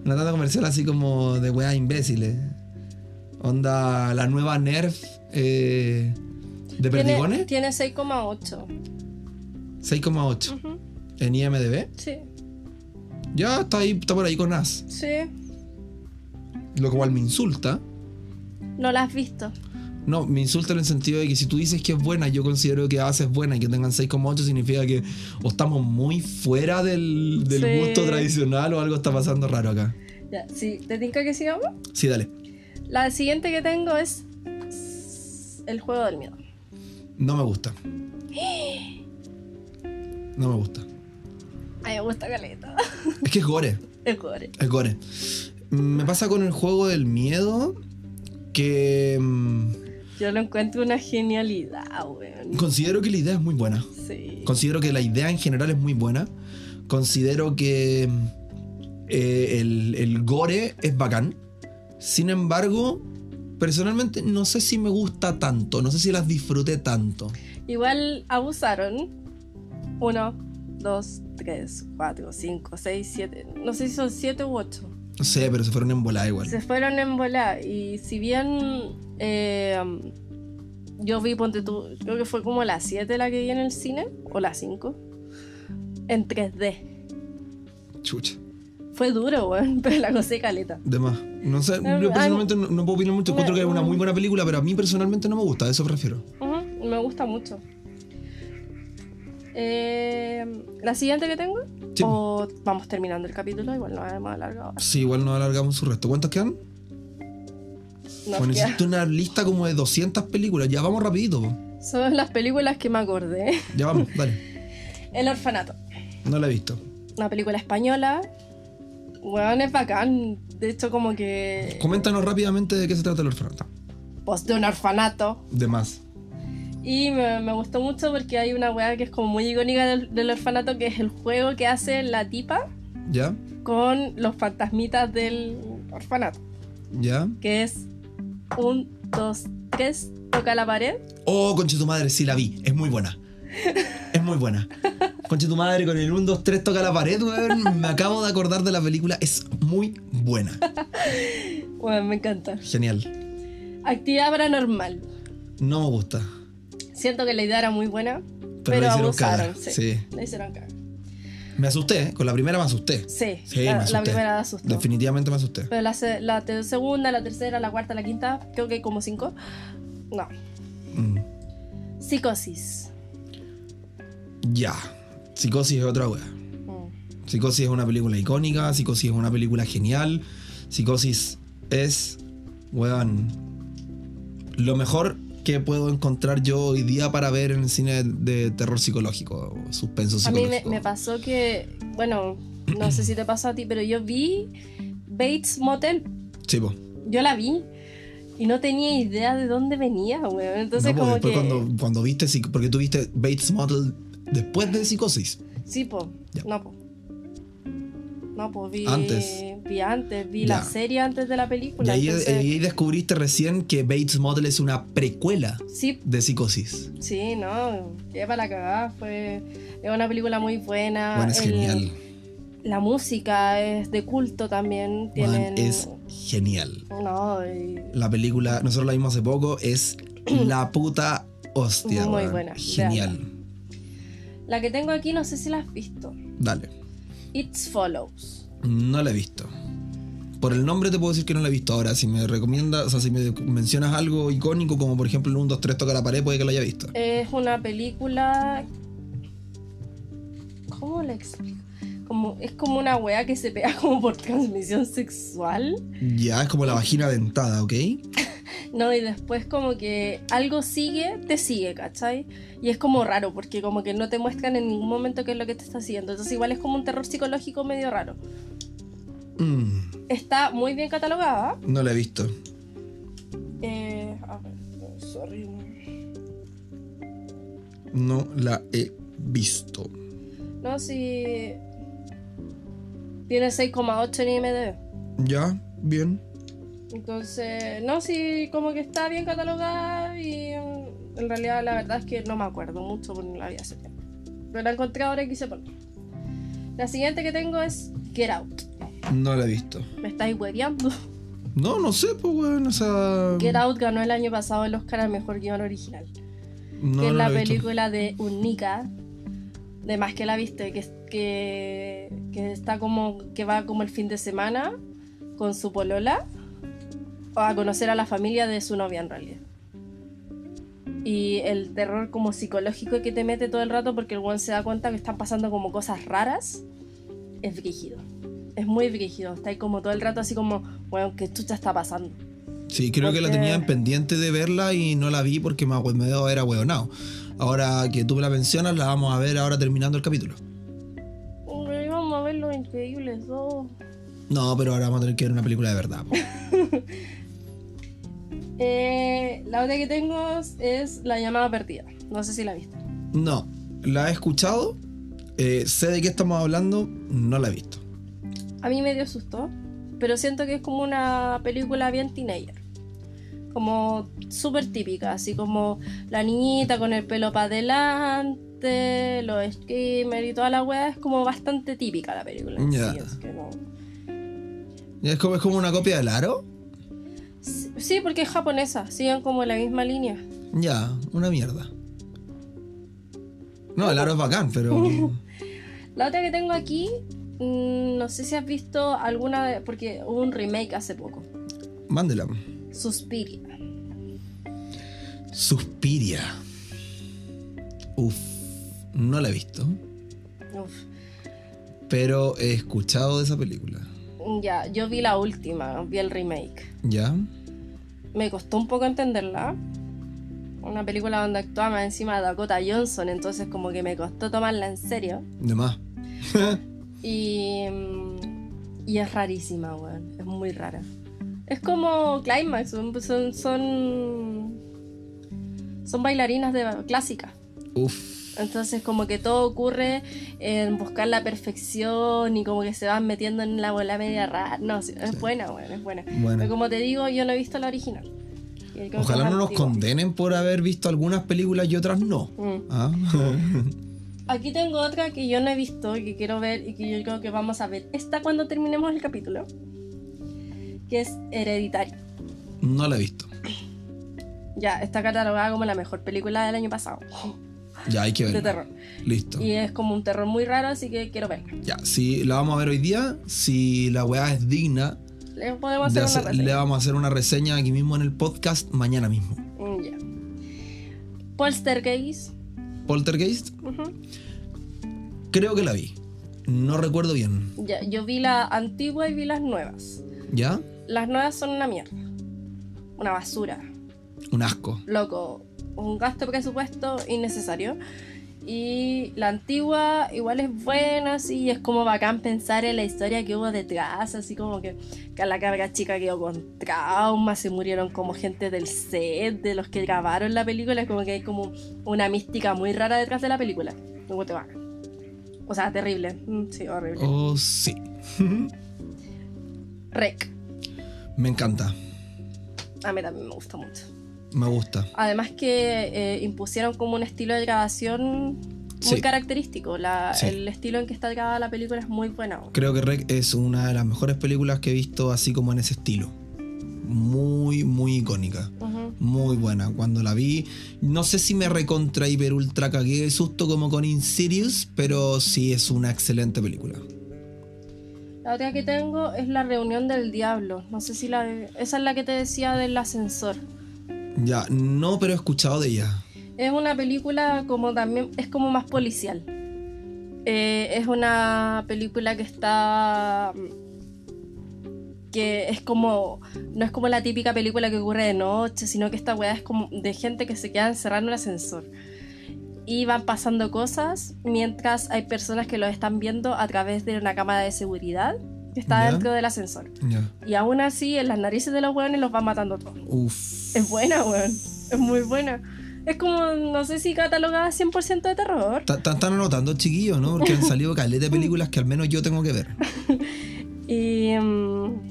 Una tanda comercial así como de weas imbéciles. Onda, la nueva Nerf eh, de
Tiene,
Perdigones,
tiene 6,8.
6,8
Ujú.
en IMDB.
Sí,
Ya está ahí, está por ahí con As.
sí.
Lo cual me insulta.
No la has visto.
No, me insulta en el sentido de que si tú dices que es buena, yo considero que As es buena y que tengan 6,8 significa que o estamos muy fuera del, del
Sí.
gusto tradicional o algo está pasando raro acá.
Ya, sí. ¿Te tinca que sigamos?
Sí, dale.
La siguiente que tengo es. El juego del miedo.
No me gusta. No me gusta.
Ay, me gusta caleta. [laughs]
Es que es gore.
Es gore.
Es gore. Mm, Me pasa con el juego del miedo que mm,
Yo lo encuentro una genialidad, weón.
considero que la idea es muy buena.
Sí.
Considero que la idea en general es muy buena. Considero que mm, eh, el, el gore es bacán. Sin embargo, personalmente no sé si me gusta tanto. No sé si las disfruté tanto.
Igual abusaron. Uno, dos, tres, cuatro, cinco, seis, siete. No sé si son siete u ocho.
No sé, pero se fueron en volada igual.
Se fueron en bola. Y si bien eh, yo vi, ponte tú, creo que fue como la 7 la que vi en el cine, o la 5, en 3D.
Chucha.
Fue duro, weón, [laughs] pero la gocé caleta.
De más. No sé,
Em,
yo personalmente no, no puedo opinar mucho.
me-
Encuentro que es una muy buena película, pero a mí personalmente no me gusta, a eso me refiero.
Ujú, Me gusta mucho. Eh, la siguiente que tengo,
Sí,
o vamos terminando el capítulo, igual no hemos alargado.
sí, igual no alargamos su resto. ¿Cuántas quedan?
Nos
bueno,
queda-
hiciste una lista como de 200 películas. Ya vamos rapidito. po.
[laughs] Son las películas que me acordé.
Ya vamos, dale.
El Orfanato.
No la he visto.
Una película española. Weón, es bacán. De hecho, como que.
Coméntanos rápidamente de qué se trata el orfanato.
Pues de un orfanato.
De más.
Y me, me gustó mucho porque hay una weá que es como muy icónica del, del orfanato, que es el juego que hace la tipa
¿Ya?
con los fantasmitas del orfanato.
¿Ya?
Que es un, dos, tres, toca la pared.
Oh, conche tu madre, sí la vi. Es muy buena. Es muy buena. Conche tu madre, con el 1, 2, 3 toca la pared, weón. Me acabo de acordar de la película. Es muy buena.
Bueno, me encanta.
Genial.
Actividad paranormal.
No me gusta.
Siento que la idea era muy buena.
Pero,
Pero
le hicieron
abusaron,
cagar.
sí.
Sí.
La hicieron cagar.
Me asusté, ¿eh? con la primera me asusté.
Sí,
Sí, me
la,
asusté.
la primera da susto.
Definitivamente me asusté.
Pero la, se- la te- segunda, la tercera, la cuarta, la quinta, creo que hay como cinco. No.
Mm.
Psicosis.
Ya. Psicosis es otra wea.
Mm.
Psicosis es una película icónica, Psicosis es una película genial, Psicosis es, weón, lo mejor que puedo encontrar yo hoy día para ver en el cine de terror psicológico, suspenso
A mí me,
psicológico.
me pasó que, bueno, no sé si te pasó a ti, pero yo vi Bates Motel.
Sí, po.
Yo la vi y no tenía idea de dónde venía, weón. Entonces,
No, po,
como
después
que.
cuando, cuando viste, Psic- porque tú viste Bates Model después de Psicosis.
Sí, po.
Ya.
No, po. No, po, vi
Antes.
Vi antes, vi la
Ya.
serie antes de la película.
Y ahí,
entonces-
ahí descubriste recién que Bates Model es una precuela
Sí,
de Psicosis.
sí, no. Qué para la cagada. Fue. Es una película muy buena.
bueno, es
Ah, el-
genial.
La música es de culto también. Tienen.
Bueno, es genial.
No, y-
La película, nosotros la vimos hace poco,
[clears throat]
es la puta hostia.
Muy
weón.
buena,
Genial.
La que tengo aquí, no sé si la has visto.
Dale.
It Follows.
No la he visto. Por el nombre te puedo decir que no la he visto ahora. Si me recomiendas, o sea, si me mencionas algo icónico, como por ejemplo el 1, 2, 3 toca la pared, puede que lo haya visto.
Es una película. ¿Cómo la explico? Como, es como una wea que se pega [laughs] como por transmisión sexual.
Ya, es como la vagina dentada, ¿ok?
No, y después como que algo sigue, te sigue, ¿cachai? Y es como raro, porque como que no te muestran en ningún momento qué es lo que te está siguiendo. Entonces igual es como un terror psicológico medio raro.
Mm,
Está muy bien catalogada.
no la he visto.
Eh, a ver, sorry.
No la he visto.
No, si... Tiene 6,8 en IMDb.
Ya, bien.
Entonces, no, sí, como que está bien catalogada y mm, en realidad la verdad es que no me acuerdo mucho porque no la vi hace tiempo. Pero la encontré ahora y quise poner. La siguiente que tengo es Get Out.
No la he visto.
Me estáis hueveando.
No, no sé, pues, weón. O sea.
Get Out ganó el año pasado el Oscar al mejor guión original.
no,
que es
no
la
la he visto.
película de Unica. De más que la viste, que, es- que, que está como. que va como el fin de semana con su polola a conocer a la familia de su novia en realidad. Y el terror como psicológico que te mete todo el rato porque el one se da cuenta que están pasando como cosas raras. Es brígido. Es muy brígido. Está ahí como todo el rato así como, bueno, ¿qué chucha está pasando?
Sí, creo que la
Porque-
tenía en pendiente de verla y no la vi porque me, me era hueonado. Ahora que tú me la mencionas, la vamos a ver ahora terminando el capítulo.
Hombre, Vamos a ver los increíbles dos.
No, pero ahora vamos a tener que ver una película de verdad. po.
Eh, la otra que tengo es La llamada perdida. No sé si la viste.
No, la he escuchado, eh, sé de qué estamos hablando, no la he visto.
A mí me dio susto, pero siento que es como una película bien teenager. Como súper típica, así como la niñita con el pelo para adelante, los screamers y toda la weá. Es como bastante típica la película. en sí,
Ya.
es que no-
Es como, es como una copia del aro.
Sí, sí, porque es japonesa, siguen como la misma línea.
Ya, una mierda. No, el aro es bacán, pero.
La otra que tengo aquí, mm, no sé si has visto alguna, de- porque hubo un remake hace poco.
Mándela.
Suspiria.
Suspiria. Uf, no la he visto,
Uf.
pero he escuchado de esa película.
Ya, yo vi la última, vi el remake.
¿Ya?
Me costó un poco entenderla. Una película donde actuaba más encima Dakota Johnson, entonces como que me costó tomarla en serio.
De más.
Y, mm, y es rarísima, weón. Es muy rara. Es como Climax, son, son, son, son bailarinas de clásicas.
Uf.
Entonces como que todo ocurre en buscar la perfección y como que se van metiendo en la bola media rara. No, sí, es
Sí.
buena, weón, es buena. Pero
Bueno.
como te digo, yo no he visto la original. Y creo que
Ojalá
es
no nos
antigua.
condenen por haber visto algunas películas y otras no.
Mm.
Ah. [laughs]
Aquí tengo otra que yo no he visto y que quiero ver y que yo creo que vamos a ver esta cuando terminemos el capítulo. que es Hereditario.
No la he visto.
Ya, está catalogada como la mejor película del año pasado
Ya hay que
de
verla.
terror.
Listo.
Y es como un terror muy raro, así que quiero verla.
Ya, si la vamos a ver hoy día, si la weá es digna,
Le podemos
de
hacer
hacer-
una reseña.
le vamos a hacer una reseña aquí mismo en el podcast mañana mismo.
Mm, Ya. Poltergeist.
Poltergeist,
Ujú.
creo que la vi. No recuerdo bien.
Ya, yo vi la antigua y vi las nuevas.
¿Ya?
Las nuevas son una mierda. Una basura.
Un asco.
Loco. Un gasto de presupuesto innecesario. Y la antigua igual es buena, sí, es como bacán pensar en la historia que hubo detrás, así como que, que la cabra chica quedó con trauma, se murieron como gente del set, de los que grabaron la película, es como que hay como una mística muy rara detrás de la película. Luego te bacán. O sea, terrible. Mm, Sí, horrible.
Oh, sí.
Rec.
Me encanta.
A mí también me gusta mucho.
Me gusta.
Además que eh, impusieron como un estilo de grabación muy
Sí.
característico. La-
Sí.
El estilo en que está grabada la película es muy bueno.
Creo que Rec es una de las mejores películas que he visto así como en ese estilo. Muy, muy icónica.
Ujú.
Muy buena. Cuando la vi, no sé si me recontra hiper ultra cagué de susto como con Insidious, pero sí es una excelente película.
La otra que tengo es la reunión del diablo. No sé si la... Esa es la que te decía del ascensor.
Ya, no, pero he escuchado de ella.
Es una película como también... Es como más policial. Eh, es una película que está... mm, Que es como... No es como la típica película que ocurre de noche, sino que esta weá es como de gente que se queda encerrada en un ascensor. Y van pasando cosas mientras hay personas que lo están viendo a través de una cámara de seguridad que está
Ya.
dentro del ascensor.
Ya.
Y aún así, en las narices de los hueones los va matando todos.
Uf.
Es buena, weón. Es muy buena. Es como, no sé si catalogada 100% de terror.
Ta- ta- Están anotando, chiquillos, ¿no?
[laughs]
Porque han salido caleta de películas que al menos yo tengo que ver.
Y.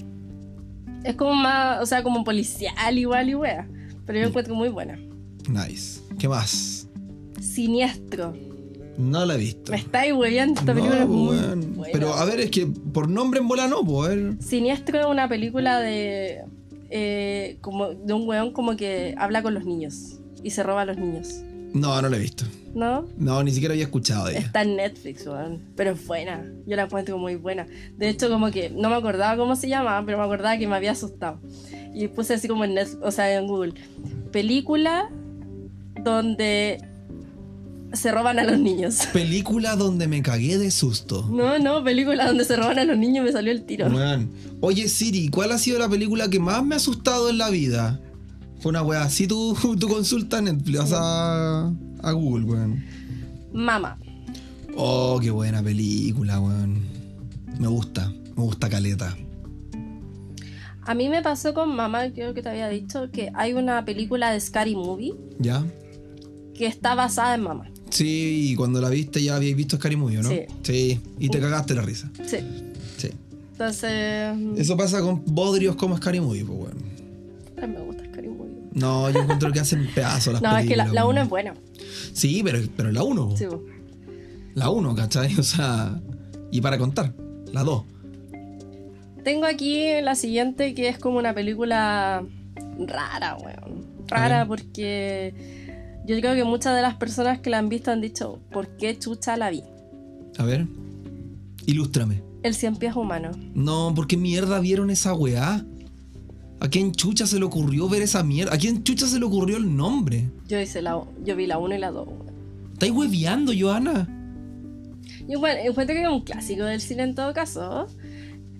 mm, es como más, o sea, como policial igual y wea. Pero
Mm.
yo encuentro muy buena.
Nice. ¿Qué más?
Siniestro.
No la he visto.
Me estáis weyando. Esta película
No,
es muy
weón.
buena.
Pero a ver, es que por nombre en bola no, pues. a ver.
Siniestro es una película de. eh, como de un weón como que habla con los niños y se roba a los niños.
No, no la he visto.
¿No?
No, ni siquiera había escuchado de ella.
Está en Netflix, weón. Pero es buena. Yo la encuentro muy buena. De hecho, como que no me acordaba cómo se llamaba, pero me acordaba que me había asustado. Y puse así como en Netflix, o sea, en Google. Película donde se roban a los niños. [laughs]
Película donde me cagué de susto.
No, no, película donde se roban a los niños me salió el tiro.
Weón. Oye, Siri, ¿cuál ha sido la película que más me ha asustado en la vida? Fue una weá. Si [laughs] tú, tú consultas Netflix, vas a, a Google, weón.
Mama.
Oh, qué buena película, weón. Me gusta, me gusta caleta.
A mí me pasó con Mama, creo que te había dicho, que hay una película de Scary Movie
¿Ya?
que está basada en Mama.
Sí, y cuando la viste ya habíais visto Scary Movie, ¿no?
Sí.
Sí, y te cagaste la risa.
Sí.
Sí.
Entonces,
Eso pasa con bodrios como Scary Movie, pues, weón.
mm, me gusta Scary Movie.
No, yo encuentro que hacen pedazos las
No, es que la,
películas,
la
weón.
uno es buena.
Sí, pero, pero la 1,
Sí, po.
la 1, ¿cachai? O sea, y para contar, la 2.
Tengo aquí la siguiente que es como una película rara, weón. Rara
A ver.
porque yo creo que muchas de las personas que la han visto han dicho, ¿por qué chucha la vi?
A ver, ilústrame.
El cien pies humano.
No, ¿por qué mierda vieron esa weá? ¿A quién chucha se le ocurrió ver esa mierda? ¿A quién chucha se le ocurrió el nombre?
Yo hice la yo vi la 1 y la 2.
¿Estáis hueveando, Joana?
Y bueno, encuentro que es un clásico del cine en todo caso.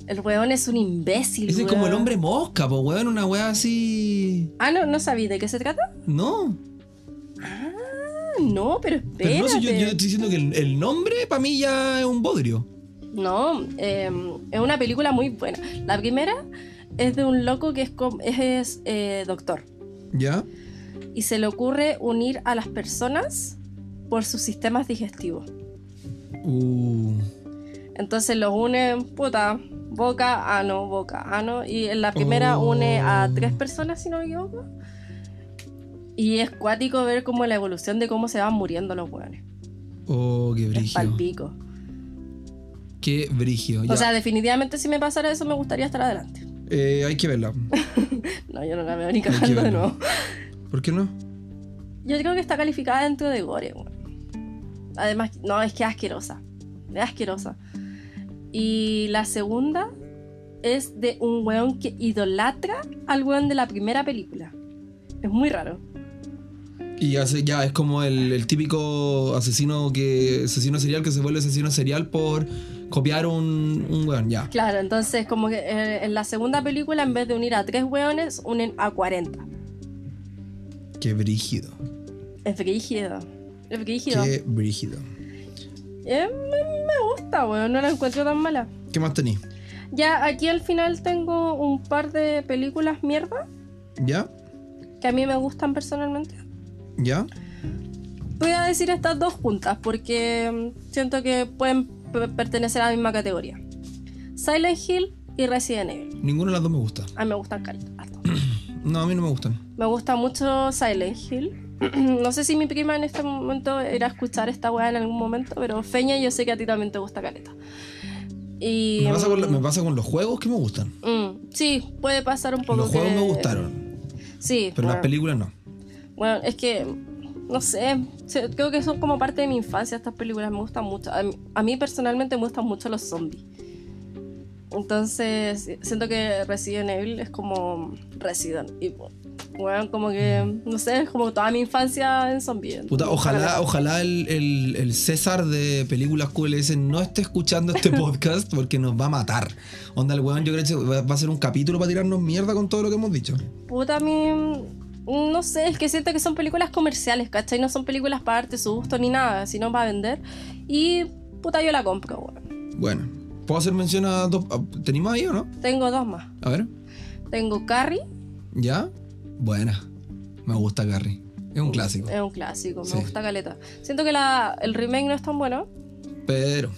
El weón es un imbécil.
Ese es como el
weón.
hombre mosca, pues weón, una weá así.
Ah, no, no sabí de qué se trata.
No.
Ah, no, pero espérate.
Pero
no,
no sé, yo, yo estoy diciendo que el, el nombre para mí ya es un bodrio.
eh, es una película muy buena. La primera es de un loco que es, com- es, es, eh, doctor.
¿Ya?
y se le ocurre unir a las personas por sus sistemas digestivos.
Uh,
Entonces los une, puta, boca, ano, boca, ano. Y en la primera
Oh.
une a tres personas, si no me equivoco. Y es cuático ver como la evolución de cómo se van muriendo los hueones.
oh, qué
Es
brigio.
palpico.
Qué brigio. Ya.
O sea, definitivamente si me pasara eso me gustaría estar adelante.
Eh, hay que verla.
No, yo no la veo ni
que
cagando de
verla.
nuevo.
¿Por qué no?
Yo creo que está calificada dentro de Gore, weón. Además, no, es que es asquerosa. Es asquerosa. Y la segunda es de un weón que idolatra al weón de la primera película. Es muy raro.
Y hace- ya es como el, el típico asesino que asesino serial que se vuelve asesino serial por copiar un, un weón, ya.
Claro, entonces como que eh, en la segunda película en vez de unir a tres weones, unen a 40.
Qué brígido.
Es brígido. Es brígido.
Qué brígido.
Eh, me, me gusta, weón. No la encuentro tan mala.
¿Qué más tení?
Ya aquí al final tengo un par de películas mierda
¿Ya?
que a mí me gustan personalmente.
¿Ya?
Voy a decir estas dos juntas porque mm, siento que pueden pe- pertenecer a la misma categoría. Silent Hill y Resident Evil.
Ninguna de las dos me gusta.
A mí me gustan caleta, harto.
No, a mí no me gustan.
Me gusta mucho Silent Hill. [clears throat] No sé si mi prima en este momento irá a escuchar esta weá en algún momento, pero Feña, yo sé que a ti también te gusta caleta. Y,
Me pasa, con, la-
mm,
me pasa con los juegos que me gustan.
mm, sí, puede pasar un poco.
Los juegos
que-
me gustaron,
Sí, ah.
pero las
bueno.
películas no.
Bueno, es que, no sé, se- creo que son como parte de mi infancia estas películas, me gustan mucho. A mí, a mí personalmente me gustan mucho los zombies. Entonces, siento que Resident Evil es como Resident y Bueno, como que, no sé, es como toda mi infancia en zombies.
Puta, ojalá, ojalá el, el- el César de películas QLS no esté escuchando este [laughs] podcast porque nos va a matar. Onda, el weón, yo creo que va va a ser un capítulo para tirarnos mierda con todo lo que hemos dicho.
Puta, a mí, no sé, es que siento que son películas comerciales, ¿cachai? No son películas para darte su gusto ni nada, sino para vender. Y, puta, yo la compro, bueno.
Bueno, ¿puedo hacer mención a dos? a- ¿Tenemos ahí o no?
Tengo dos más.
A ver,
Tengo Carrie.
¿ya? Buena. Me gusta Gary. Es un clásico.
Es un clásico, me
Sí.
gusta Caleta. Siento que la, el remake no es tan bueno,
Pero,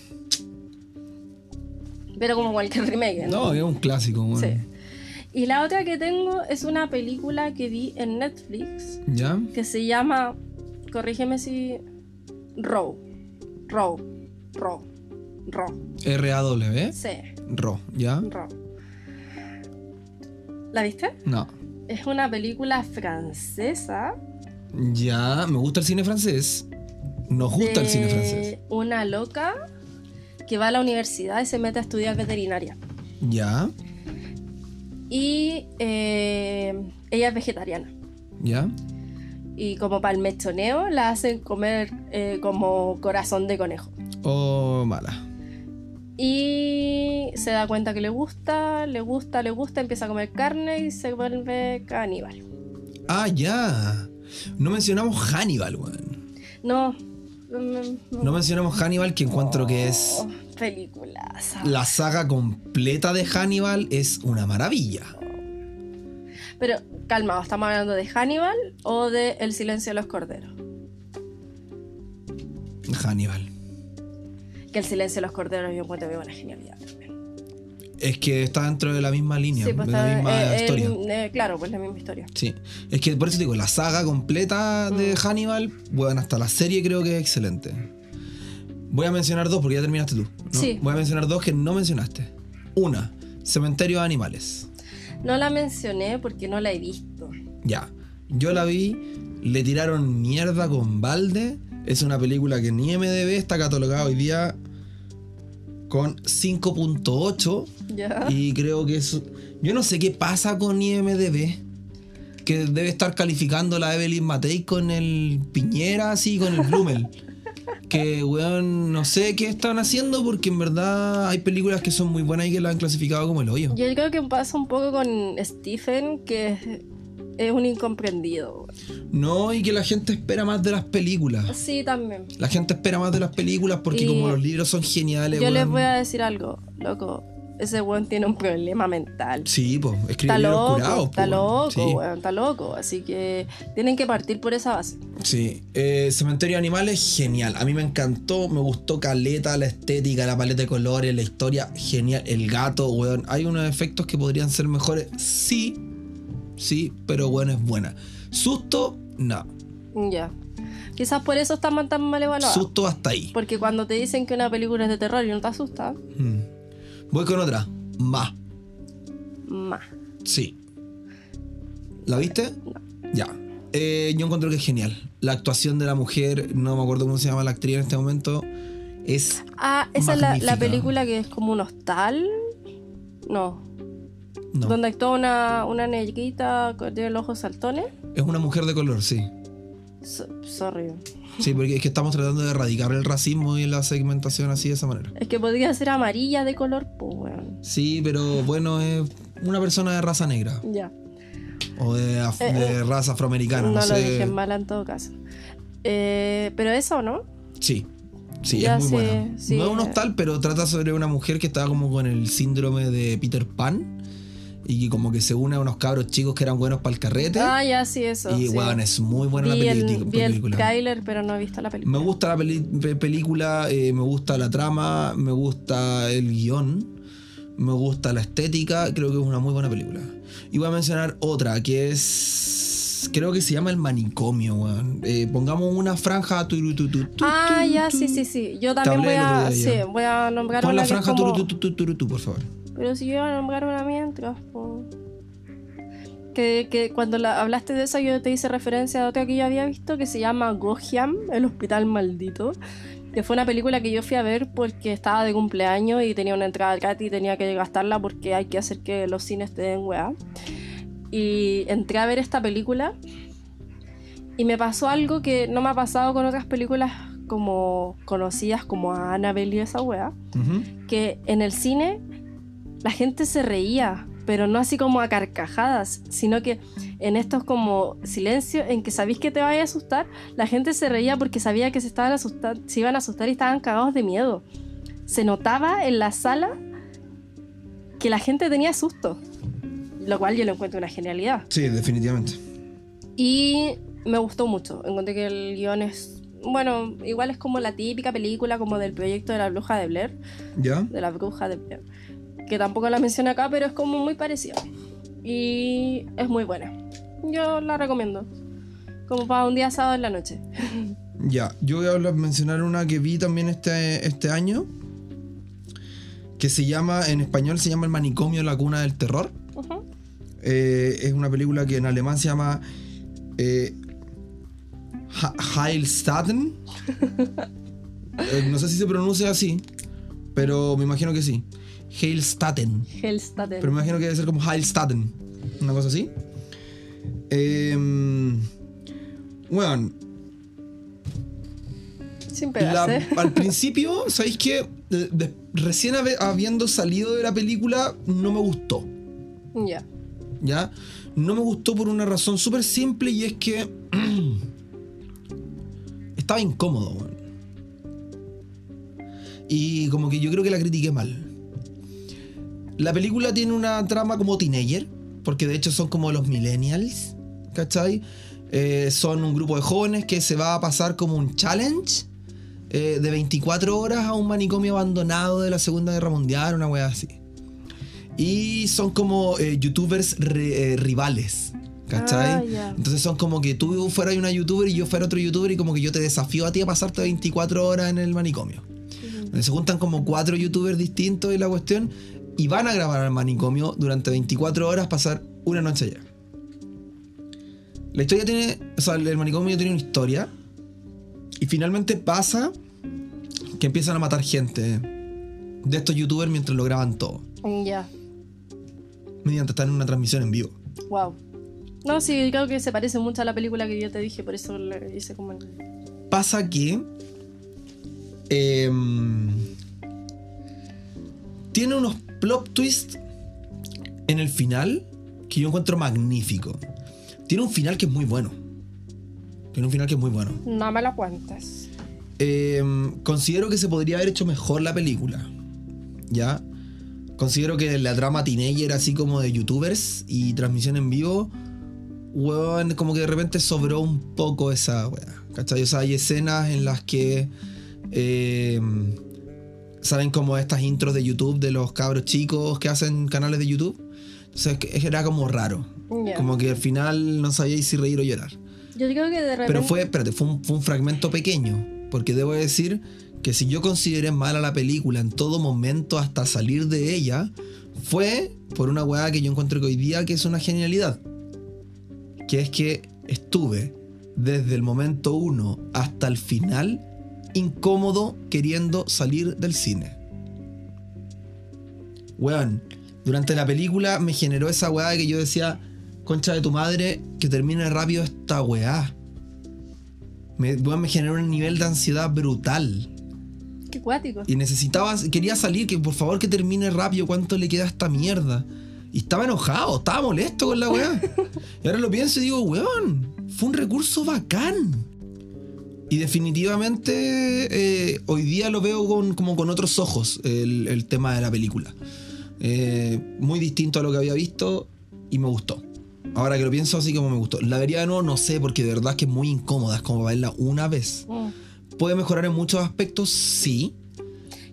pero como cualquier remake. ¿no?
no, es un clásico, weón.
Sí. Y la otra que tengo es una película que vi en Netflix
¿Ya?
que se llama, corrígeme si, Row. Row. Row. Row.
R-A-W,
Sí,
Ro, ¿ya?
Row. ¿La viste?
No.
Es una película francesa.
Ya, me gusta el cine francés. Nos gusta
de
el cine francés.
Una loca que va a la universidad y se mete a estudiar veterinaria.
¿Ya?
Y eh, ella es vegetariana.
¿Ya?
Y como para el mechoneo la hacen comer eh, como corazón de conejo.
¿O mala?
Y se da cuenta que le gusta, le gusta, le gusta, empieza a comer carne y se vuelve caníbal.
Ah, ya. No mencionamos Hannibal, weón.
No. mm,
No mencionamos Hannibal, que encuentro que es.
oh, películas.
La saga completa de Hannibal es una maravilla.
Pero calmado, ¿estamos hablando de Hannibal o de El silencio de los corderos?
Hannibal.
Que El silencio de los corderos yo encuentro que es una genialidad. también.
Es que está dentro de la misma línea,
Sí, pues
de la
está-
misma
eh, eh,
historia.
eh, claro, pues la misma historia.
Sí. Es que por eso te digo, la saga completa
Mm.
de Hannibal, bueno, hasta la serie creo que es excelente. Voy a mencionar dos porque ya terminaste tú. ¿no?
Sí.
Voy a mencionar dos que no mencionaste. Una, Cementerio de Animales.
No la mencioné porque no la he visto.
Ya. Yo la vi, le tiraron mierda con balde. Es una película que en IMDB está catalogada hoy día con 5.8
¿Ya?
y creo que eso... Yo no sé qué pasa con IMDB. Que debe estar calificando la Evelyn Matei con el Piñera, así, con el Blumel. que, weón, no sé qué están haciendo porque en verdad hay películas que son muy buenas y que la han clasificado como el hoyo.
Yo creo que pasa un poco con Stephen, que es, es un incomprendido.
No, y que la gente espera más de las películas.
Sí, también.
La gente espera más de las películas porque
Y-
como los libros son geniales,
Yo les
weón.
voy a decir algo, loco. Ese weón tiene un problema mental.
Sí, pues, escribe
Está
libros
loco,
curados.
está
po,
loco,
weón. Sí,
weón, está loco. Así que tienen que partir por esa base.
sí. Eh, Cementerio de Animales, genial. A mí me encantó, me gustó Caleta, la estética, la paleta de colores, la historia, genial. El gato, weón. Hay unos efectos que podrían ser mejores, sí, sí, pero bueno, es buena. Susto, no.
Ya. Quizás por eso están tan mal evaluados.
Susto hasta ahí.
Porque cuando te dicen que una
Hmm.
película es de terror y no te asusta,
Mm. Voy con otra, más.
más.
Sí. ¿La viste? Ya. Eh, yo encuentro que es genial. La actuación de la mujer, no me acuerdo cómo se llama la actriz en este momento, es...
Ah, esa es la, la
Magnífica.
película que es como un hostal. No.
No,
Donde actúa una, una negrita que tiene los ojos saltones.
es una mujer de color, sí.
So- sorry.
Sí, porque es que estamos tratando de erradicar el racismo y la segmentación así de esa manera.
Es que podría ser amarilla de color, pues weón.
Sí, pero bueno, es una persona de raza negra
Ya.
o de, af-
Eh,
de raza afroamericana, no,
no lo
sé.
dije en mala en todo caso. Eh, pero eso, ¿no?
Sí, sí,
Ya
es muy
sé,
buena.
sí.
No es un hostal, pero trata sobre una mujer que estaba como con el síndrome de Peter Pan y que como que se une a unos cabros chicos que eran buenos para el carrete.
Ah, ya, sí, eso.
y
sí.
weón, es muy buena
vi
la
el,
película.
vi el
película.
tráiler, pero no he visto la película.
Me gusta la peli- pe- película, eh, me gusta la trama, me gusta el guión, me gusta la estética, creo que es una muy buena película. Y voy a mencionar otra que es. Creo que se llama El Manicomio, weón. Eh, pongamos una franja turututú.
Ah, ya, sí, sí, sí. Yo también
hablé
voy
el
a,
otro día
sí,
ya.
voy a nombrar
Pon
una
la
que es
franja
como-
turututú, turututú, por favor.
Pero si yo iba a nombrar una mientras, po. Que, que cuando la, hablaste de eso yo te hice referencia a otra que yo había visto que se llama Gohiam, el hospital maldito. Que fue una película que yo fui a ver porque estaba de cumpleaños y tenía una entrada gratis y tenía que gastarla porque hay que hacer que los cines te den weá. Y entré a ver esta película y me pasó algo que no me ha pasado con otras películas como conocidas como Annabelle y esa weá
Ujú.
que en el cine la gente se reía, pero no así como a carcajadas, sino que en estos como silencios en que sabéis que te vaya a asustar, la gente se reía porque sabía que se, estaban asusta- se iban a asustar y estaban cagados de miedo. Se notaba en la sala que la gente tenía susto, lo cual yo lo encuentro una genialidad.
Sí, definitivamente.
Y me gustó mucho. Encontré que el guión es, bueno, igual es como la típica película como del proyecto de la bruja de Blair,
¿Ya?
de la bruja de Blair, que tampoco la menciono acá, pero es como muy parecida. Y es muy buena. Yo la recomiendo. Como para un día sábado en la noche.
Ya, yo voy a hablar- mencionar una que vi también este, este año, que se llama, en español se llama El manicomio, la cuna del terror.
Ujú.
Eh, es una película que en alemán se llama eh,
[laughs]
Ha- Heilstatten. Eh, no sé si se pronuncia así, pero me imagino que sí. Heilstatten.
Hellstadt.
Pero me imagino que debe ser como Heilstatten. Una cosa así. Em, weón,
Sin
la-
pegarse.
al principio, ¿sabéis qué? De- de- recién habe- habiendo salido de la película, no me gustó.
[laughs] Ya.
¿ya? No me gustó por una razón súper simple y es que [clears throat] estaba incómodo. weón. Y como que yo creo que la critiqué mal. La película tiene una trama como teenager, porque de hecho son como los millennials, ¿cachai? Eh, son un grupo de jóvenes que se va a pasar como un challenge eh, de 24 horas a un manicomio abandonado de la Segunda Guerra Mundial, una wea así. Y son como eh, youtubers re- eh, rivales, ¿cachai?
Ah, ya.
Entonces son como que tú fueras una youtuber y yo fuera otro youtuber y como que yo te desafío a ti a pasarte 24 horas en el manicomio. Donde se juntan como cuatro youtubers distintos y la cuestión y van a grabar al manicomio durante 24 horas pasar una noche allá. La historia tiene, o sea, el manicomio tiene una historia y finalmente pasa que empiezan a matar gente de estos youtubers mientras lo graban todo,
Ya.
mediante estar en una transmisión en vivo.
Wow. No, sí, creo que se parece mucho a la película que yo te dije, por eso le hice como el-
pasa que em, tiene unos plot twists en el final que yo encuentro magnífico. Tiene un final que es muy bueno. Tiene un final que es muy bueno.
No me la cuentas.
Em, considero que se podría haber hecho mejor la película. ¿Ya? Considero que la trama teenager, así como de youtubers y transmisión en vivo, weón, como que de repente sobró un poco esa weá. ¿Cachai? O sea, hay escenas en las que. em, Saben como estas intros de YouTube de los cabros chicos que hacen canales de YouTube. Entonces que- era como raro.
Ya.
Como que al final no sabíais si reír o llorar.
Yo creo que de repente.
Pero fue, espérate, fue un, fue un fragmento pequeño, porque debo decir que si yo consideré mala la película en todo momento hasta salir de ella, fue por una weá que yo encuentro que hoy día que es una genialidad. Que es que estuve desde el momento uno hasta el final incómodo queriendo salir del cine. Weón, durante la película me generó esa weá que yo decía, concha de tu madre, que termine rápido esta weá. Me, weón, me generó un nivel de ansiedad brutal.
Qué cuático.
Y necesitaba, quería salir, que por favor que termine rápido, cuánto le queda a esta mierda. Y estaba enojado, estaba molesto con la weá. y ahora lo pienso y digo, weón, fue un recurso bacán. Y definitivamente eh, hoy día lo veo con- como con otros ojos el, el tema de la película. Eh, muy distinto a lo que había visto y me gustó. Ahora que lo pienso así como me gustó. La vería de nuevo, no sé, porque de verdad es que es muy incómoda, es como para verla una vez.
Mm.
¿Puede mejorar en muchos aspectos? Sí.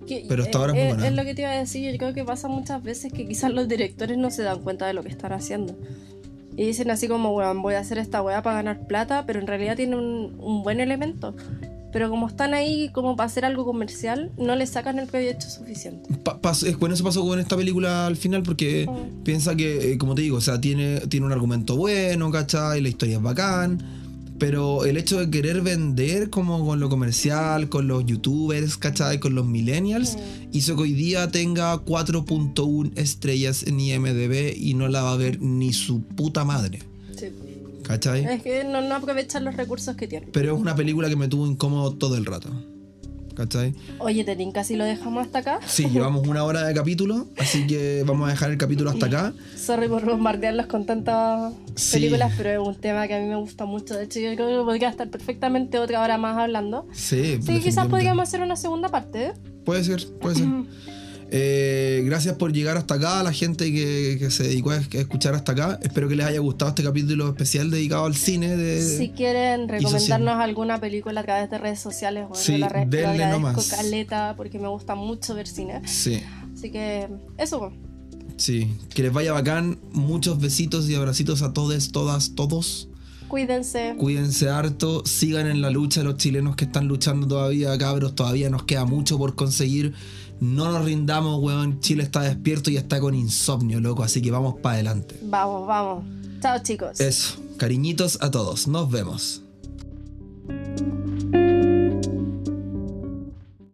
Que- eh,
Pero hasta ahora es muy buena.
lo que te iba a decir, yo creo que pasa muchas veces que quizás los directores no se dan cuenta de lo que están haciendo. Y dicen así como, weón, voy a hacer esta weá para ganar plata, pero en realidad tiene un, un buen elemento. Pero como están ahí como para hacer algo comercial, no le sacan el provecho suficiente.
Pa- pas- es- bueno, eso pasó con esta película al final porque
Mm.
piensa que, eh, como te digo, o sea, tiene, tiene un argumento bueno, ¿cachai? La historia es bacán. Pero el hecho de querer vender como con lo comercial, con los youtubers, ¿cachai? Con los millennials, hizo que hoy día tenga 4.1 estrellas en IMDB y no la va a ver ni su puta madre,
Sí.
¿cachai?
Es que no, no aprovechan los recursos que tienen.
Pero es una película que me tuvo incómodo todo el rato, ¿cachai?
Oye, Terín, casi lo dejamos hasta acá.
Sí,
[laughs]
llevamos una hora de capítulo, así que vamos a dejar el capítulo hasta acá.
Sorry por bombardearlos con tantas
Sí.
películas, pero es un tema que a mí me gusta mucho. De hecho, yo creo que podría estar perfectamente otra hora más hablando.
Sí, pues,
Sí, quizás
definitivamente.
podríamos hacer una segunda parte. ¿eh?
Puede ser, puede ser. Eh, gracias por llegar hasta acá, a la gente que, que se dedicó a esc- a escuchar hasta acá. Espero que les haya gustado este capítulo especial dedicado al cine. De...
Si quieren recomendarnos
social.
alguna película a través de redes sociales, bueno,
Sí,
la re- lo
denle
agradezco
nomás.
caleta porque me gusta mucho ver cine.
Sí,
Así que eso, pues.
sí. Que les vaya bacán. Muchos besitos y abracitos a todos, todas, todos.
cuídense.
Cuídense harto, sigan en la lucha los chilenos que están luchando todavía, cabros. Todavía nos queda mucho por conseguir. No nos rindamos, weón. Chile está despierto y está con insomnio, loco. Así que vamos para adelante.
Vamos, vamos. Chao, chicos.
Eso, cariñitos a todos. Nos vemos.